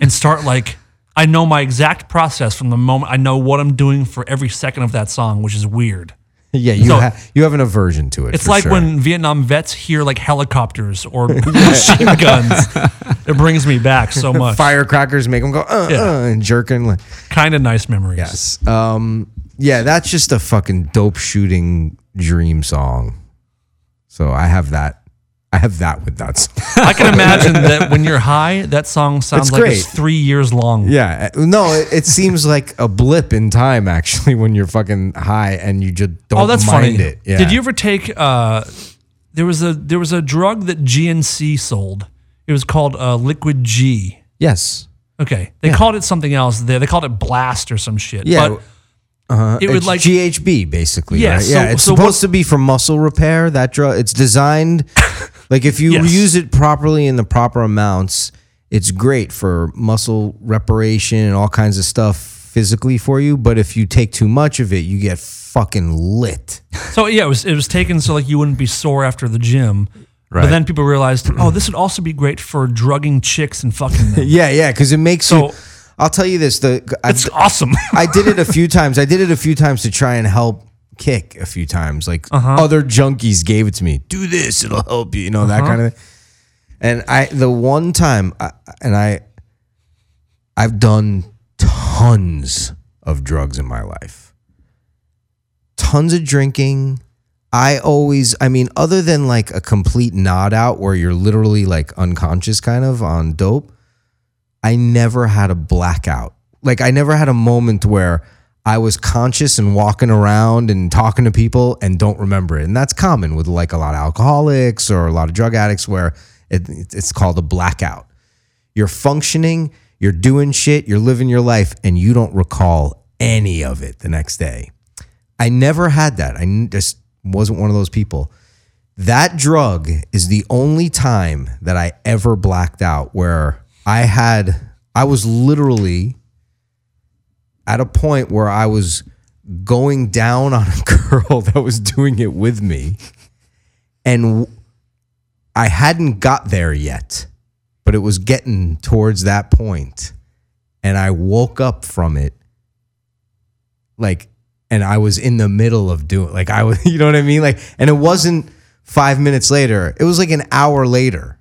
Speaker 4: and start like, I know my exact process from the moment I know what I'm doing for every second of that song, which is weird.
Speaker 2: Yeah, you
Speaker 4: So-
Speaker 2: ha- you have an aversion to it.
Speaker 4: It's
Speaker 2: for
Speaker 4: like
Speaker 2: sure.
Speaker 4: when Vietnam vets hear like helicopters or machine guns. It brings me back so much.
Speaker 2: firecrackers make them go uh,
Speaker 4: Yeah.
Speaker 2: uh, and jerking. Like,
Speaker 4: Kind of nice memories.
Speaker 2: yes. Um. Yeah, that's just a fucking dope shooting dream song. So I have that. I have that with that song.
Speaker 4: I can imagine that when you're high, that song sounds
Speaker 2: It's
Speaker 4: like it's
Speaker 2: great.
Speaker 4: three years long.
Speaker 2: yeah. uh, No, it, it seems like a blip in time actually when you're fucking high and you just don't
Speaker 4: Oh, that's
Speaker 2: mind
Speaker 4: funny.
Speaker 2: it. Yeah.
Speaker 4: Did you ever take? Uh, there was a there was a drug that GNC sold. It was called uh, Liquid G.
Speaker 2: Yes.
Speaker 4: Okay, they called it something else. There, they called it Blast or some shit.
Speaker 2: Yeah.
Speaker 4: but
Speaker 2: uh-huh.
Speaker 4: it would,
Speaker 2: It's
Speaker 4: like-
Speaker 2: GHB basically.
Speaker 4: Yeah,
Speaker 2: right?
Speaker 4: so-
Speaker 2: yeah. It's
Speaker 4: so what-
Speaker 2: supposed to be for muscle repair. That drug. It's designed like if you
Speaker 4: Yes.
Speaker 2: use it properly in the proper amounts, it's great for muscle reparation and all kinds of stuff physically for you. But if you take too much of it, you get fucking lit.
Speaker 4: So yeah, it was it was taken so like you wouldn't be sore after the gym. But
Speaker 2: Right.
Speaker 4: then people realized, oh, this would also be great for drugging chicks and fucking them.
Speaker 2: Yeah, yeah. Because it makes you.
Speaker 4: So-
Speaker 2: I'll tell you this. The I've-
Speaker 4: It's awesome.
Speaker 2: I did it a few times. I did it a few times to try and help kick a few times. Like other junkies gave it to me. Do this, it'll help you, you know, that kind of thing. And I the one time I, and I I've done tons of drugs in my life. Tons of drinking. I always, I mean, other than like a complete nod out where you're literally like unconscious kind of on dope, I never had a blackout. Like I never had a moment where I was conscious and walking around and talking to people and don't remember it. And that's common with like a lot of alcoholics or a lot of drug addicts where it, it- it's called a blackout. You're functioning, you're doing shit, you're living your life, and you don't recall any of it the next day. I never had that. I n- just wasn't one of those people. That drug is the only time that I ever blacked out where I had, I was literally at a point where I was going down on a girl that was doing it with me. And w- I hadn't got there yet, but it was getting towards that point. And I woke up from it like and I was in the middle of doing like I was you know what I mean like and it wasn't 5 minutes later it was like an hour later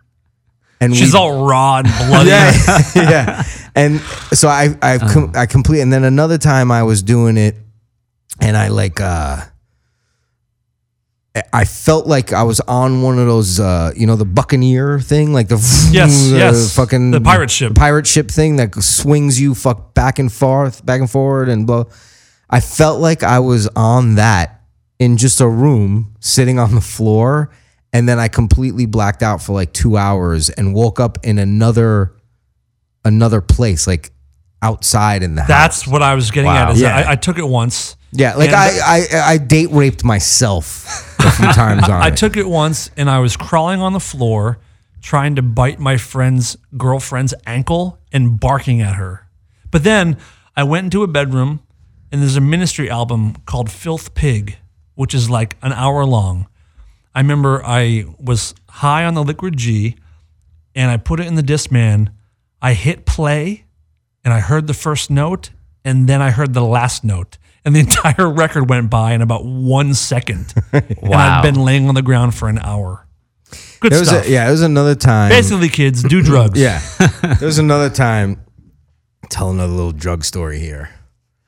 Speaker 2: and
Speaker 4: She's
Speaker 2: we-
Speaker 4: all raw and bloody.
Speaker 2: yeah, yeah. And so I I
Speaker 4: Um.
Speaker 2: com- I complete and then another time I was doing it and I like uh I- I felt like I was on one of those, uh, you know, the Buccaneer thing, like the,
Speaker 4: Yes,
Speaker 2: the
Speaker 4: yes.
Speaker 2: fucking
Speaker 4: The pirate ship.
Speaker 2: pirate ship thing that swings you fuck back and forth, back and forward, and blah. I felt like I was on that in just a room, sitting on the floor, and then I completely blacked out for like two hours and woke up in another, another place, like outside in the house.
Speaker 4: That's what I was getting at. Is
Speaker 2: Yeah.
Speaker 4: I, I took it once.
Speaker 2: Yeah, like
Speaker 4: And-
Speaker 2: I, I, I date raped myself a few times on
Speaker 4: I
Speaker 2: it.
Speaker 4: took it once and I was crawling on the floor trying to bite my friend's girlfriend's ankle and barking at her. But then I went into a bedroom and there's a ministry album called Filth Pig, which is like an hour long. I remember I was high on the liquid G and I put it in the Discman. I hit play and I heard the first note and then I heard the last note. And the entire record went by in about one second. And I've been laying on the ground for an hour. Good
Speaker 2: There was
Speaker 4: stuff.
Speaker 2: a, yeah, it was another time.
Speaker 4: Basically, kids, do drugs.
Speaker 2: Yeah. there was another time. Tell another little drug story here.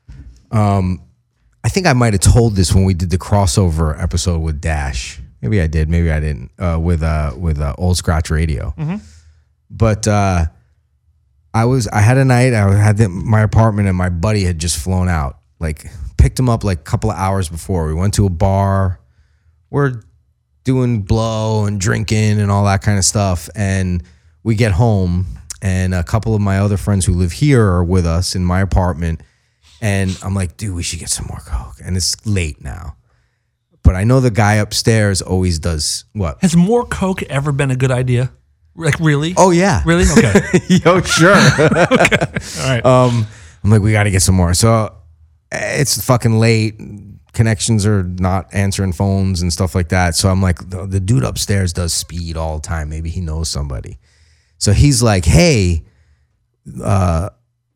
Speaker 2: Um, I think I might have told this when we did the crossover episode with Dash. Maybe I did. Maybe I didn't. Uh, with uh, with uh, Old Scratch Radio. But uh, I was I had a night. I had the, my apartment, and my buddy had just flown out. Like picked him up like a couple of hours before. We went to a bar. We're doing blow and drinking and all that kind of stuff. And we get home, and a couple of my other friends who live here are with us in my apartment. And I'm like, dude, we should get some more coke. And it's late now, but I know the guy upstairs always does what?
Speaker 4: Has more coke ever been a good idea? Like, really?
Speaker 2: Oh yeah,
Speaker 4: Really? Okay.
Speaker 2: Yo, sure. Um,
Speaker 4: All right.
Speaker 2: I'm like, we got to get some more. So eh, it's fucking late. Connections are not answering phones and stuff like that. So I'm like, the, the dude upstairs does speed all the time. Maybe he knows somebody. So he's like, hey, uh,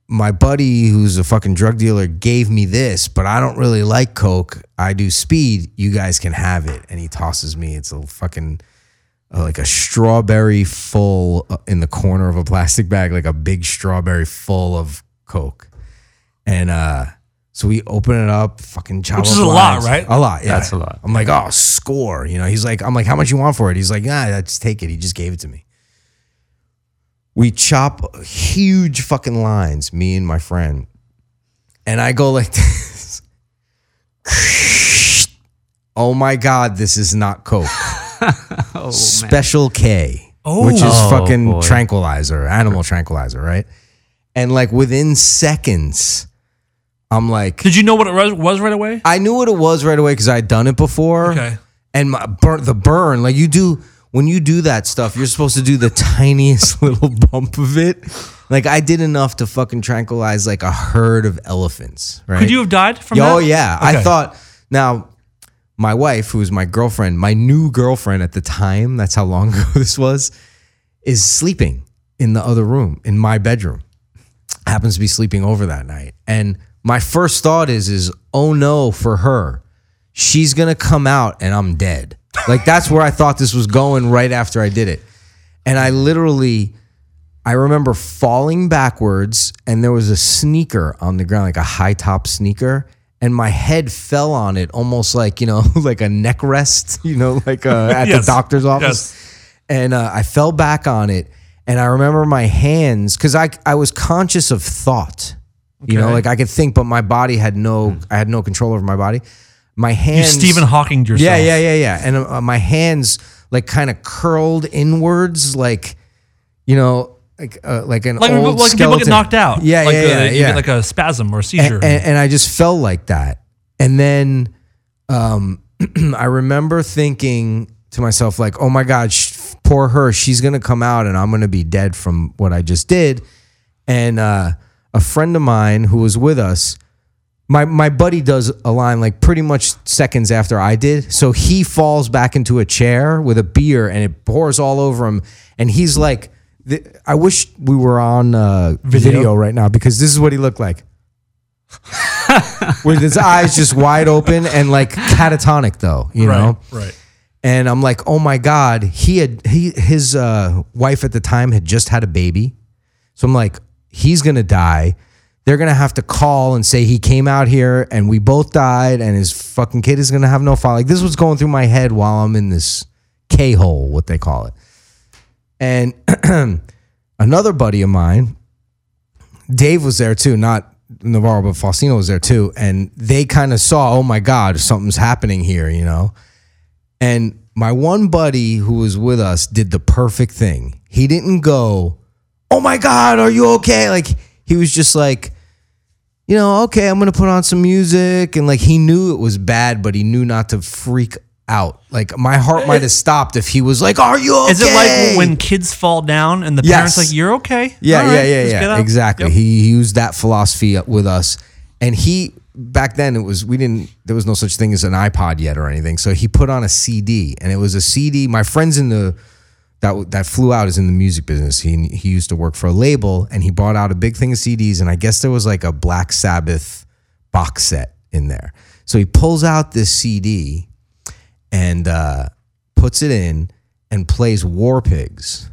Speaker 2: my buddy who's a fucking drug dealer gave me this, but I don't really like coke. I do speed. You guys can have it. And he tosses me. It's a fucking uh, like a strawberry full uh, in the corner of a plastic bag, like a big strawberry full of coke. And uh so we open it up, fucking chop
Speaker 4: Which
Speaker 2: up
Speaker 4: is a lot,
Speaker 2: lines.
Speaker 4: right?
Speaker 2: A lot, yeah.
Speaker 3: That's a lot.
Speaker 2: I'm like, oh, score. You know, he's like, I'm like, how much you want for it? He's like, nah, just take it. He just gave it to me we chop huge fucking lines, me and my friend. And I go like this. Oh my God, this is not Coke. Special K, which is
Speaker 3: Oh,
Speaker 2: fucking
Speaker 3: boy.
Speaker 2: tranquilizer, animal tranquilizer, right? And like within seconds, I'm like,
Speaker 4: Did you know what it was, was right away?
Speaker 2: I knew what it was right away because I had done it before.
Speaker 4: Okay.
Speaker 2: And my burn, the burn, like you do when you do that stuff, you're supposed to do the tiniest little bump of it. Like I did enough to fucking tranquilize like a herd of elephants. Right?
Speaker 4: Could you have died from
Speaker 2: Oh
Speaker 4: that?
Speaker 2: yeah, I
Speaker 4: Okay.
Speaker 2: thought. Now, my wife, who was my girlfriend, my new girlfriend at the time, that's how long ago this was, is sleeping in the other room in my bedroom. Happens to be sleeping over that night, and my first thought is, is oh no for her, she's gonna come out and I'm dead. Like that's where I thought this was going right after I did it, and I literally. I remember falling backwards and there was a sneaker on the ground, like a high top sneaker, and my head fell on it almost like, you know, like a neck rest, you know, like uh, at
Speaker 4: Yes.
Speaker 2: the doctor's office. And uh, I fell back on it. And I remember my hands, because I, I was conscious of thought. You know,
Speaker 4: Okay. Hmm.
Speaker 2: like I could think, but my body had no, I had no control over my body. My
Speaker 4: You
Speaker 2: hands.
Speaker 4: Stephen Hawking yourself.
Speaker 2: Yeah, yeah, yeah, yeah. And uh, my hands like kind of curled inwards, like you know, like uh, like an
Speaker 4: Like,
Speaker 2: old
Speaker 4: like people
Speaker 2: skeleton.
Speaker 4: get knocked out.
Speaker 2: Yeah,
Speaker 4: like
Speaker 2: yeah,
Speaker 4: a,
Speaker 2: yeah,
Speaker 4: You
Speaker 2: yeah.
Speaker 4: get like a spasm or a
Speaker 2: And-
Speaker 4: seizure.
Speaker 2: and, and I just felt like that. And then um, I remember thinking to myself like, "Oh my God, sh- poor her. She's gonna come out, and I'm gonna be dead from what I just did." And uh, a friend of mine who was with us, my my buddy does a line like pretty much seconds after I did. So he falls back into a chair with a beer, and it pours all over him, and he's like. th- I wish we were on uh, video right now because this is what he looked like with his eyes just wide open and like catatonic though, you know.
Speaker 4: Right.
Speaker 2: And I'm like, "Oh my god, he had he his uh wife at the time had just had a baby." So I'm like, "He's going to die. They're going to have to call and say he came out here and we both died and his fucking kid is going to have no father." Like this was going through my head while I'm in this K-hole, what they call it. And another buddy of mine, Dave was there too, not Navarro, but Faustino was there too. And they kind of saw, oh my God, something's happening here, you know? And my one buddy who was with us did the perfect thing. He didn't go, oh my God, are you okay? Like, he was just like, you know, okay, I'm gonna put on some music. And like, he knew it was bad, but he knew not to freak out. Like, my heart might have stopped if he was like, are you okay?
Speaker 4: Is it like when kids fall down and the
Speaker 2: Yes.
Speaker 4: parents like, "You're okay"?
Speaker 2: Yeah,
Speaker 4: All right,
Speaker 2: yeah, yeah,
Speaker 4: just get
Speaker 2: yeah.
Speaker 4: up."
Speaker 2: Exactly.
Speaker 4: Yep.
Speaker 2: He used that philosophy with us, and he back then it was we didn't there was no such thing as an iPod yet or anything. So he put on a CD, and it was a CD. My friends in the that that flew out is in the music business. He he used to work for a label, and he brought out a big thing of CDs, and I guess there was like a Black Sabbath box set in there. So he pulls out this CD and uh, puts it in and plays War Pigs.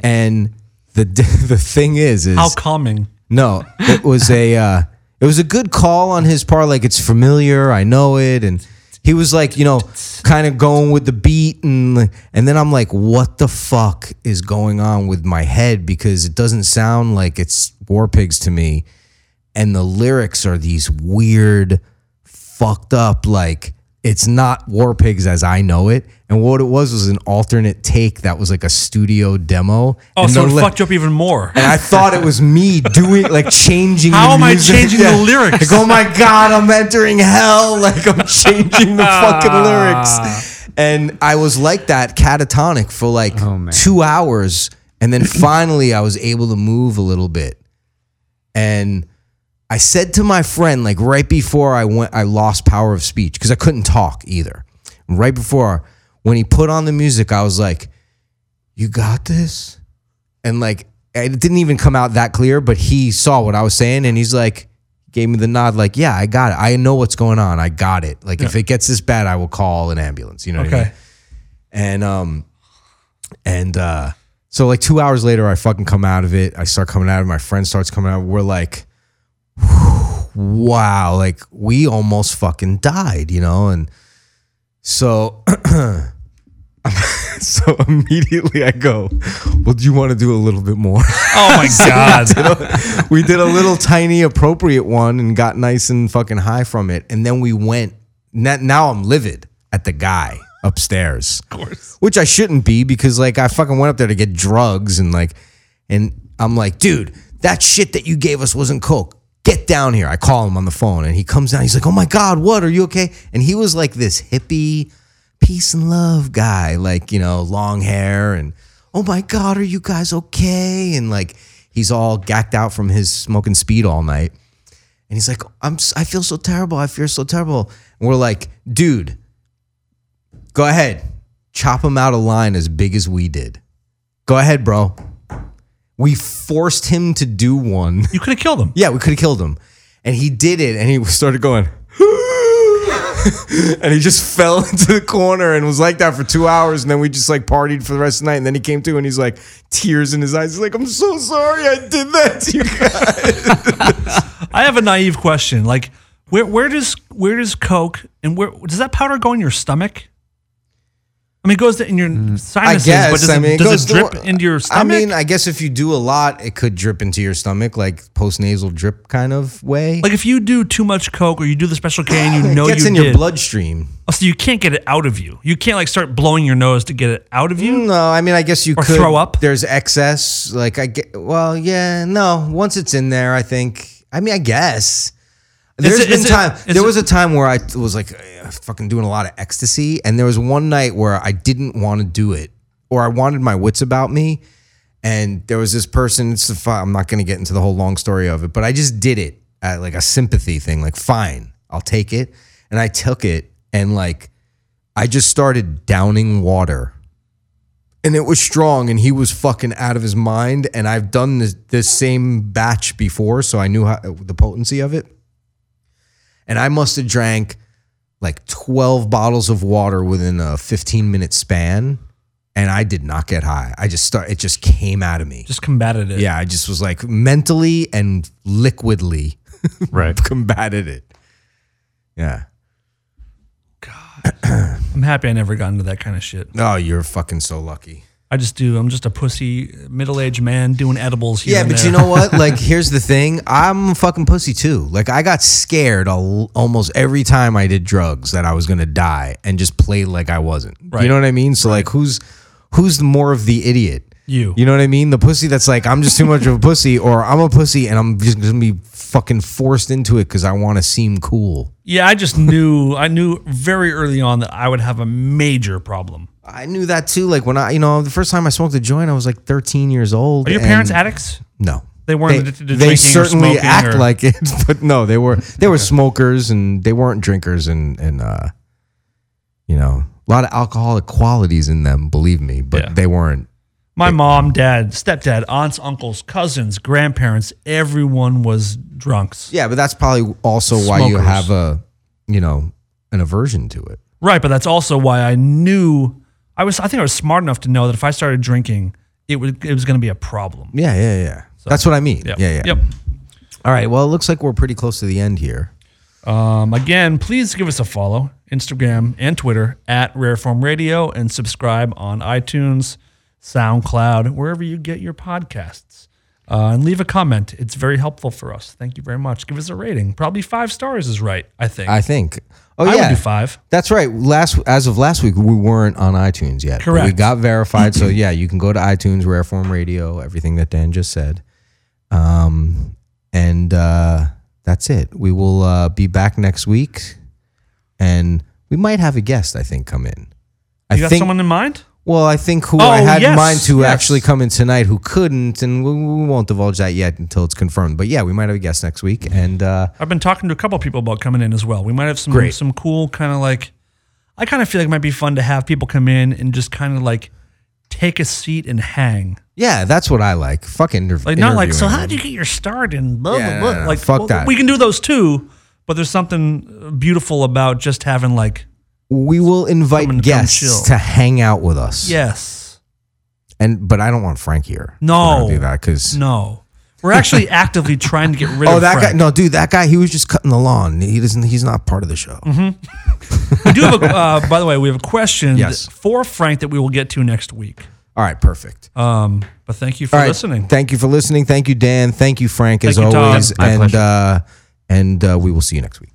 Speaker 2: And the the thing is is
Speaker 4: How calming.
Speaker 2: no, it was a uh, it was a good call on his part. Like it's familiar, I know it, and he was like, you know, kind of going with the beat, and and then I'm like, what the fuck is going on with my head because it doesn't sound like it's War Pigs to me, and the lyrics are these weird, fucked up like. It's not War Pigs as I know it, and what it was was an alternate take that was like a studio demo.
Speaker 4: Oh,
Speaker 2: and
Speaker 4: so
Speaker 2: the
Speaker 4: it
Speaker 2: li-
Speaker 4: fucked you up even more.
Speaker 2: and I thought it was me doing like changing.
Speaker 4: How
Speaker 2: the
Speaker 4: am I
Speaker 2: music.
Speaker 4: changing the lyrics?
Speaker 2: Like, oh my god, I'm entering hell. Like I'm changing the fucking lyrics. And I was like that catatonic for like two hours, and then finally I was able to move a little bit. And I said to my friend, like right before I went, I lost power of speech because I couldn't talk either. Right before when he put on the music, I was like, "You got this." and like it didn't even come out that clear, but he saw what I was saying and he's like gave me the nod like, "Yeah, I got it. I know what's going on. I got it. Like if it gets this bad, I will call an ambulance." You know what I
Speaker 4: Okay.
Speaker 2: mean? And um and uh so like 2 hours later I fucking come out of it. I start coming out of it. my friend starts coming out. We're like wow, like we almost fucking died, you know? And so so immediately I go, "Well, do you want to do a little bit more?"
Speaker 4: Oh my god.
Speaker 2: we did a little tiny appropriate one and got nice and fucking high from it. And then we went. na- Now I'm livid at the guy upstairs, of course, which I shouldn't be because like I fucking went up there to get drugs and like, and I'm like, dude, that shit that you gave us wasn't coke. Get down here. I call him on the phone and he comes down. He's like, oh my god, what? Are you okay? And he was like this hippie, peace and love guy, like you know, long hair and oh my god, are you guys okay? And like he's all gacked out from his smoking speed all night. And he's like, I'm, s- I feel so terrible. I feel so terrible. And we're like, dude, go ahead, chop him out a line as big as we did. Go ahead, bro. We forced him to do one.
Speaker 4: you could have killed him.
Speaker 2: Yeah, we could have killed him. And he did it, and he started going, and he just fell into the corner and was like that for two hours. And then we just like partied for the rest of the night. And then he came to, and he's like, tears in his eyes. He's like, I'm so sorry I did that to you guys.
Speaker 4: I have a naive question. Like, where where does where does coke and where does that powder go in your stomach? I mean, it goes in your
Speaker 2: Mm,
Speaker 4: sinuses, but does, it, does
Speaker 2: goes
Speaker 4: it drip
Speaker 2: through-
Speaker 4: into your stomach?
Speaker 2: I mean, I guess if you do a lot, it could drip into your stomach, like post nasal drip kind of way.
Speaker 4: like if you do too much coke or you do the special K and you know
Speaker 2: it gets
Speaker 4: you
Speaker 2: in
Speaker 4: did,
Speaker 2: your bloodstream.
Speaker 4: Oh, so you can't get it out of you. You can't like start blowing your nose to get it out of you.
Speaker 2: Mm, No, I mean, I guess you
Speaker 4: Or
Speaker 2: could
Speaker 4: throw up?
Speaker 2: There's excess. Like I get. Well, yeah, no. Once it's in there, I think. I mean, I guess. There's
Speaker 4: it-
Speaker 2: been
Speaker 4: is it-
Speaker 2: time.
Speaker 4: is
Speaker 2: there
Speaker 4: it-
Speaker 2: was a time where I was like eh, fucking doing a lot of ecstasy, and there was one night where I didn't want to do it, or I wanted my wits about me, and there was this person. It's a fi- I'm not going to get into the whole long story of it, but I just did it at like a sympathy thing. Like, fine, I'll take it, and I took it, and like I just started downing water. And it was strong, and he was fucking out of his mind. And I've done this, this same batch before, so I knew how, the potency of it and I must have drank like 12 bottles of water within a 15 minute span and I did not get high. I just start it just came out of me.
Speaker 4: Just combated it.
Speaker 2: yeah, I just was like mentally and liquidly
Speaker 3: Right.
Speaker 2: combated it. Yeah.
Speaker 4: I'm happy I never got into that kind of shit.
Speaker 2: Oh, you're fucking so lucky.
Speaker 4: I just do. I'm just a pussy middle aged man doing edibles here.
Speaker 2: Yeah,
Speaker 4: and
Speaker 2: but
Speaker 4: there.
Speaker 2: you know what? Like, here's the thing. I'm a fucking pussy too. Like, I got scared al- almost every time I did drugs that I was gonna die, and just played like I wasn't. You
Speaker 4: Right.
Speaker 2: know what I mean? So like, who's who's more of the idiot?
Speaker 4: You.
Speaker 2: You know what I mean? The pussy that's like, I'm just too much of a pussy, or I'm a pussy and I'm just gonna be fucking forced into it because I want to seem cool.
Speaker 4: Yeah, I just knew. I knew very early on that I would have a major problem.
Speaker 2: I knew that too. Like when I, you know, the first time I smoked a joint, I was like 13 years old.
Speaker 4: Are your
Speaker 2: and-
Speaker 4: parents addicts?
Speaker 2: No.
Speaker 4: They weren't addicted to
Speaker 2: they
Speaker 4: drinking or
Speaker 2: certainly
Speaker 4: smoking
Speaker 2: act
Speaker 4: or-
Speaker 2: like it, but no, they were they were smokers and they weren't drinkers and and uh, you know, a lot of alcoholic qualities in them, believe me, but
Speaker 4: Yeah.
Speaker 2: they weren't.
Speaker 4: My mom, dad, stepdad, aunts, uncles, cousins, grandparents, everyone was drunks.
Speaker 2: Yeah, but that's probably also why you
Speaker 4: Smokers.
Speaker 2: have a, you know, an aversion to it.
Speaker 4: Right, but that's also why I knew I was I think I was smart enough to know that if I started drinking, it would it was going to be a problem.
Speaker 2: Yeah, yeah, yeah. That's what I mean.
Speaker 4: Yep.
Speaker 2: Yeah, yeah.
Speaker 4: Yep.
Speaker 2: All right. Well, it looks like we're pretty close to the end here.
Speaker 4: Um, again, please give us a follow Instagram and Twitter at Rareform Radio and subscribe on iTunes, SoundCloud, wherever you get your podcasts. Uh, and leave a comment. It's very helpful for us. Thank you very much. Give us a rating. Probably five stars is right, I think.
Speaker 2: I think. Oh
Speaker 4: I
Speaker 2: yeah,
Speaker 4: would do five.
Speaker 2: that's right. Last as of last week, we weren't on iTunes yet. but We
Speaker 4: Correct.
Speaker 2: got verified, so yeah, you can go to iTunes, Rareform Radio, everything that Dan just said. Um, and uh, that's it. We will uh, be back next week, and we might have a guest. I think come in. I
Speaker 4: You got
Speaker 2: think.
Speaker 4: someone in mind?
Speaker 2: well, I think who
Speaker 4: Oh,
Speaker 2: I had in
Speaker 4: yes,
Speaker 2: mind to
Speaker 4: yes.
Speaker 2: actually come in tonight who couldn't, and we, we won't divulge that yet until it's confirmed. But yeah, we might have a guest next week, and. Uh,
Speaker 4: I've been talking to a couple people about coming in as well. We might have some some cool kind of like I kind of feel like it might be fun to have people come in and just kind of like take a seat and hang.
Speaker 2: Yeah, that's what I like. Fuck interv-
Speaker 4: Like not like so
Speaker 2: interviewing.
Speaker 4: how do you get your start and blah
Speaker 2: Yeah, no,
Speaker 4: blah blah.
Speaker 2: no,
Speaker 4: like
Speaker 2: fuck
Speaker 4: well,
Speaker 2: that.
Speaker 4: We can do those too, but there's something uh, beautiful about just having like
Speaker 2: we will
Speaker 4: Someone
Speaker 2: invite
Speaker 4: to come chill.
Speaker 2: guests to hang out with us.
Speaker 4: yes,
Speaker 2: and but I don't want Frank here.
Speaker 4: No.
Speaker 2: We're gonna do that because
Speaker 4: no. We're actually actively trying to get rid
Speaker 2: oh
Speaker 4: of
Speaker 2: that guy
Speaker 4: Frank.
Speaker 2: no dude that guy he was just cutting the lawn. He doesn't. He's not part of the show.
Speaker 4: Mm-hmm. We do have a uh, by the way, we have a question
Speaker 2: Yes.
Speaker 4: for Frank that we will get to next week.
Speaker 2: All right, perfect.
Speaker 4: Um, but thank you for
Speaker 2: All right,
Speaker 4: listening.
Speaker 2: Thank you for listening. Thank you, Dan. Thank you, Frank, as
Speaker 4: Thank you, Tom.
Speaker 2: always.
Speaker 3: My
Speaker 2: and
Speaker 3: pleasure.
Speaker 2: uh, and uh, we will see you next week.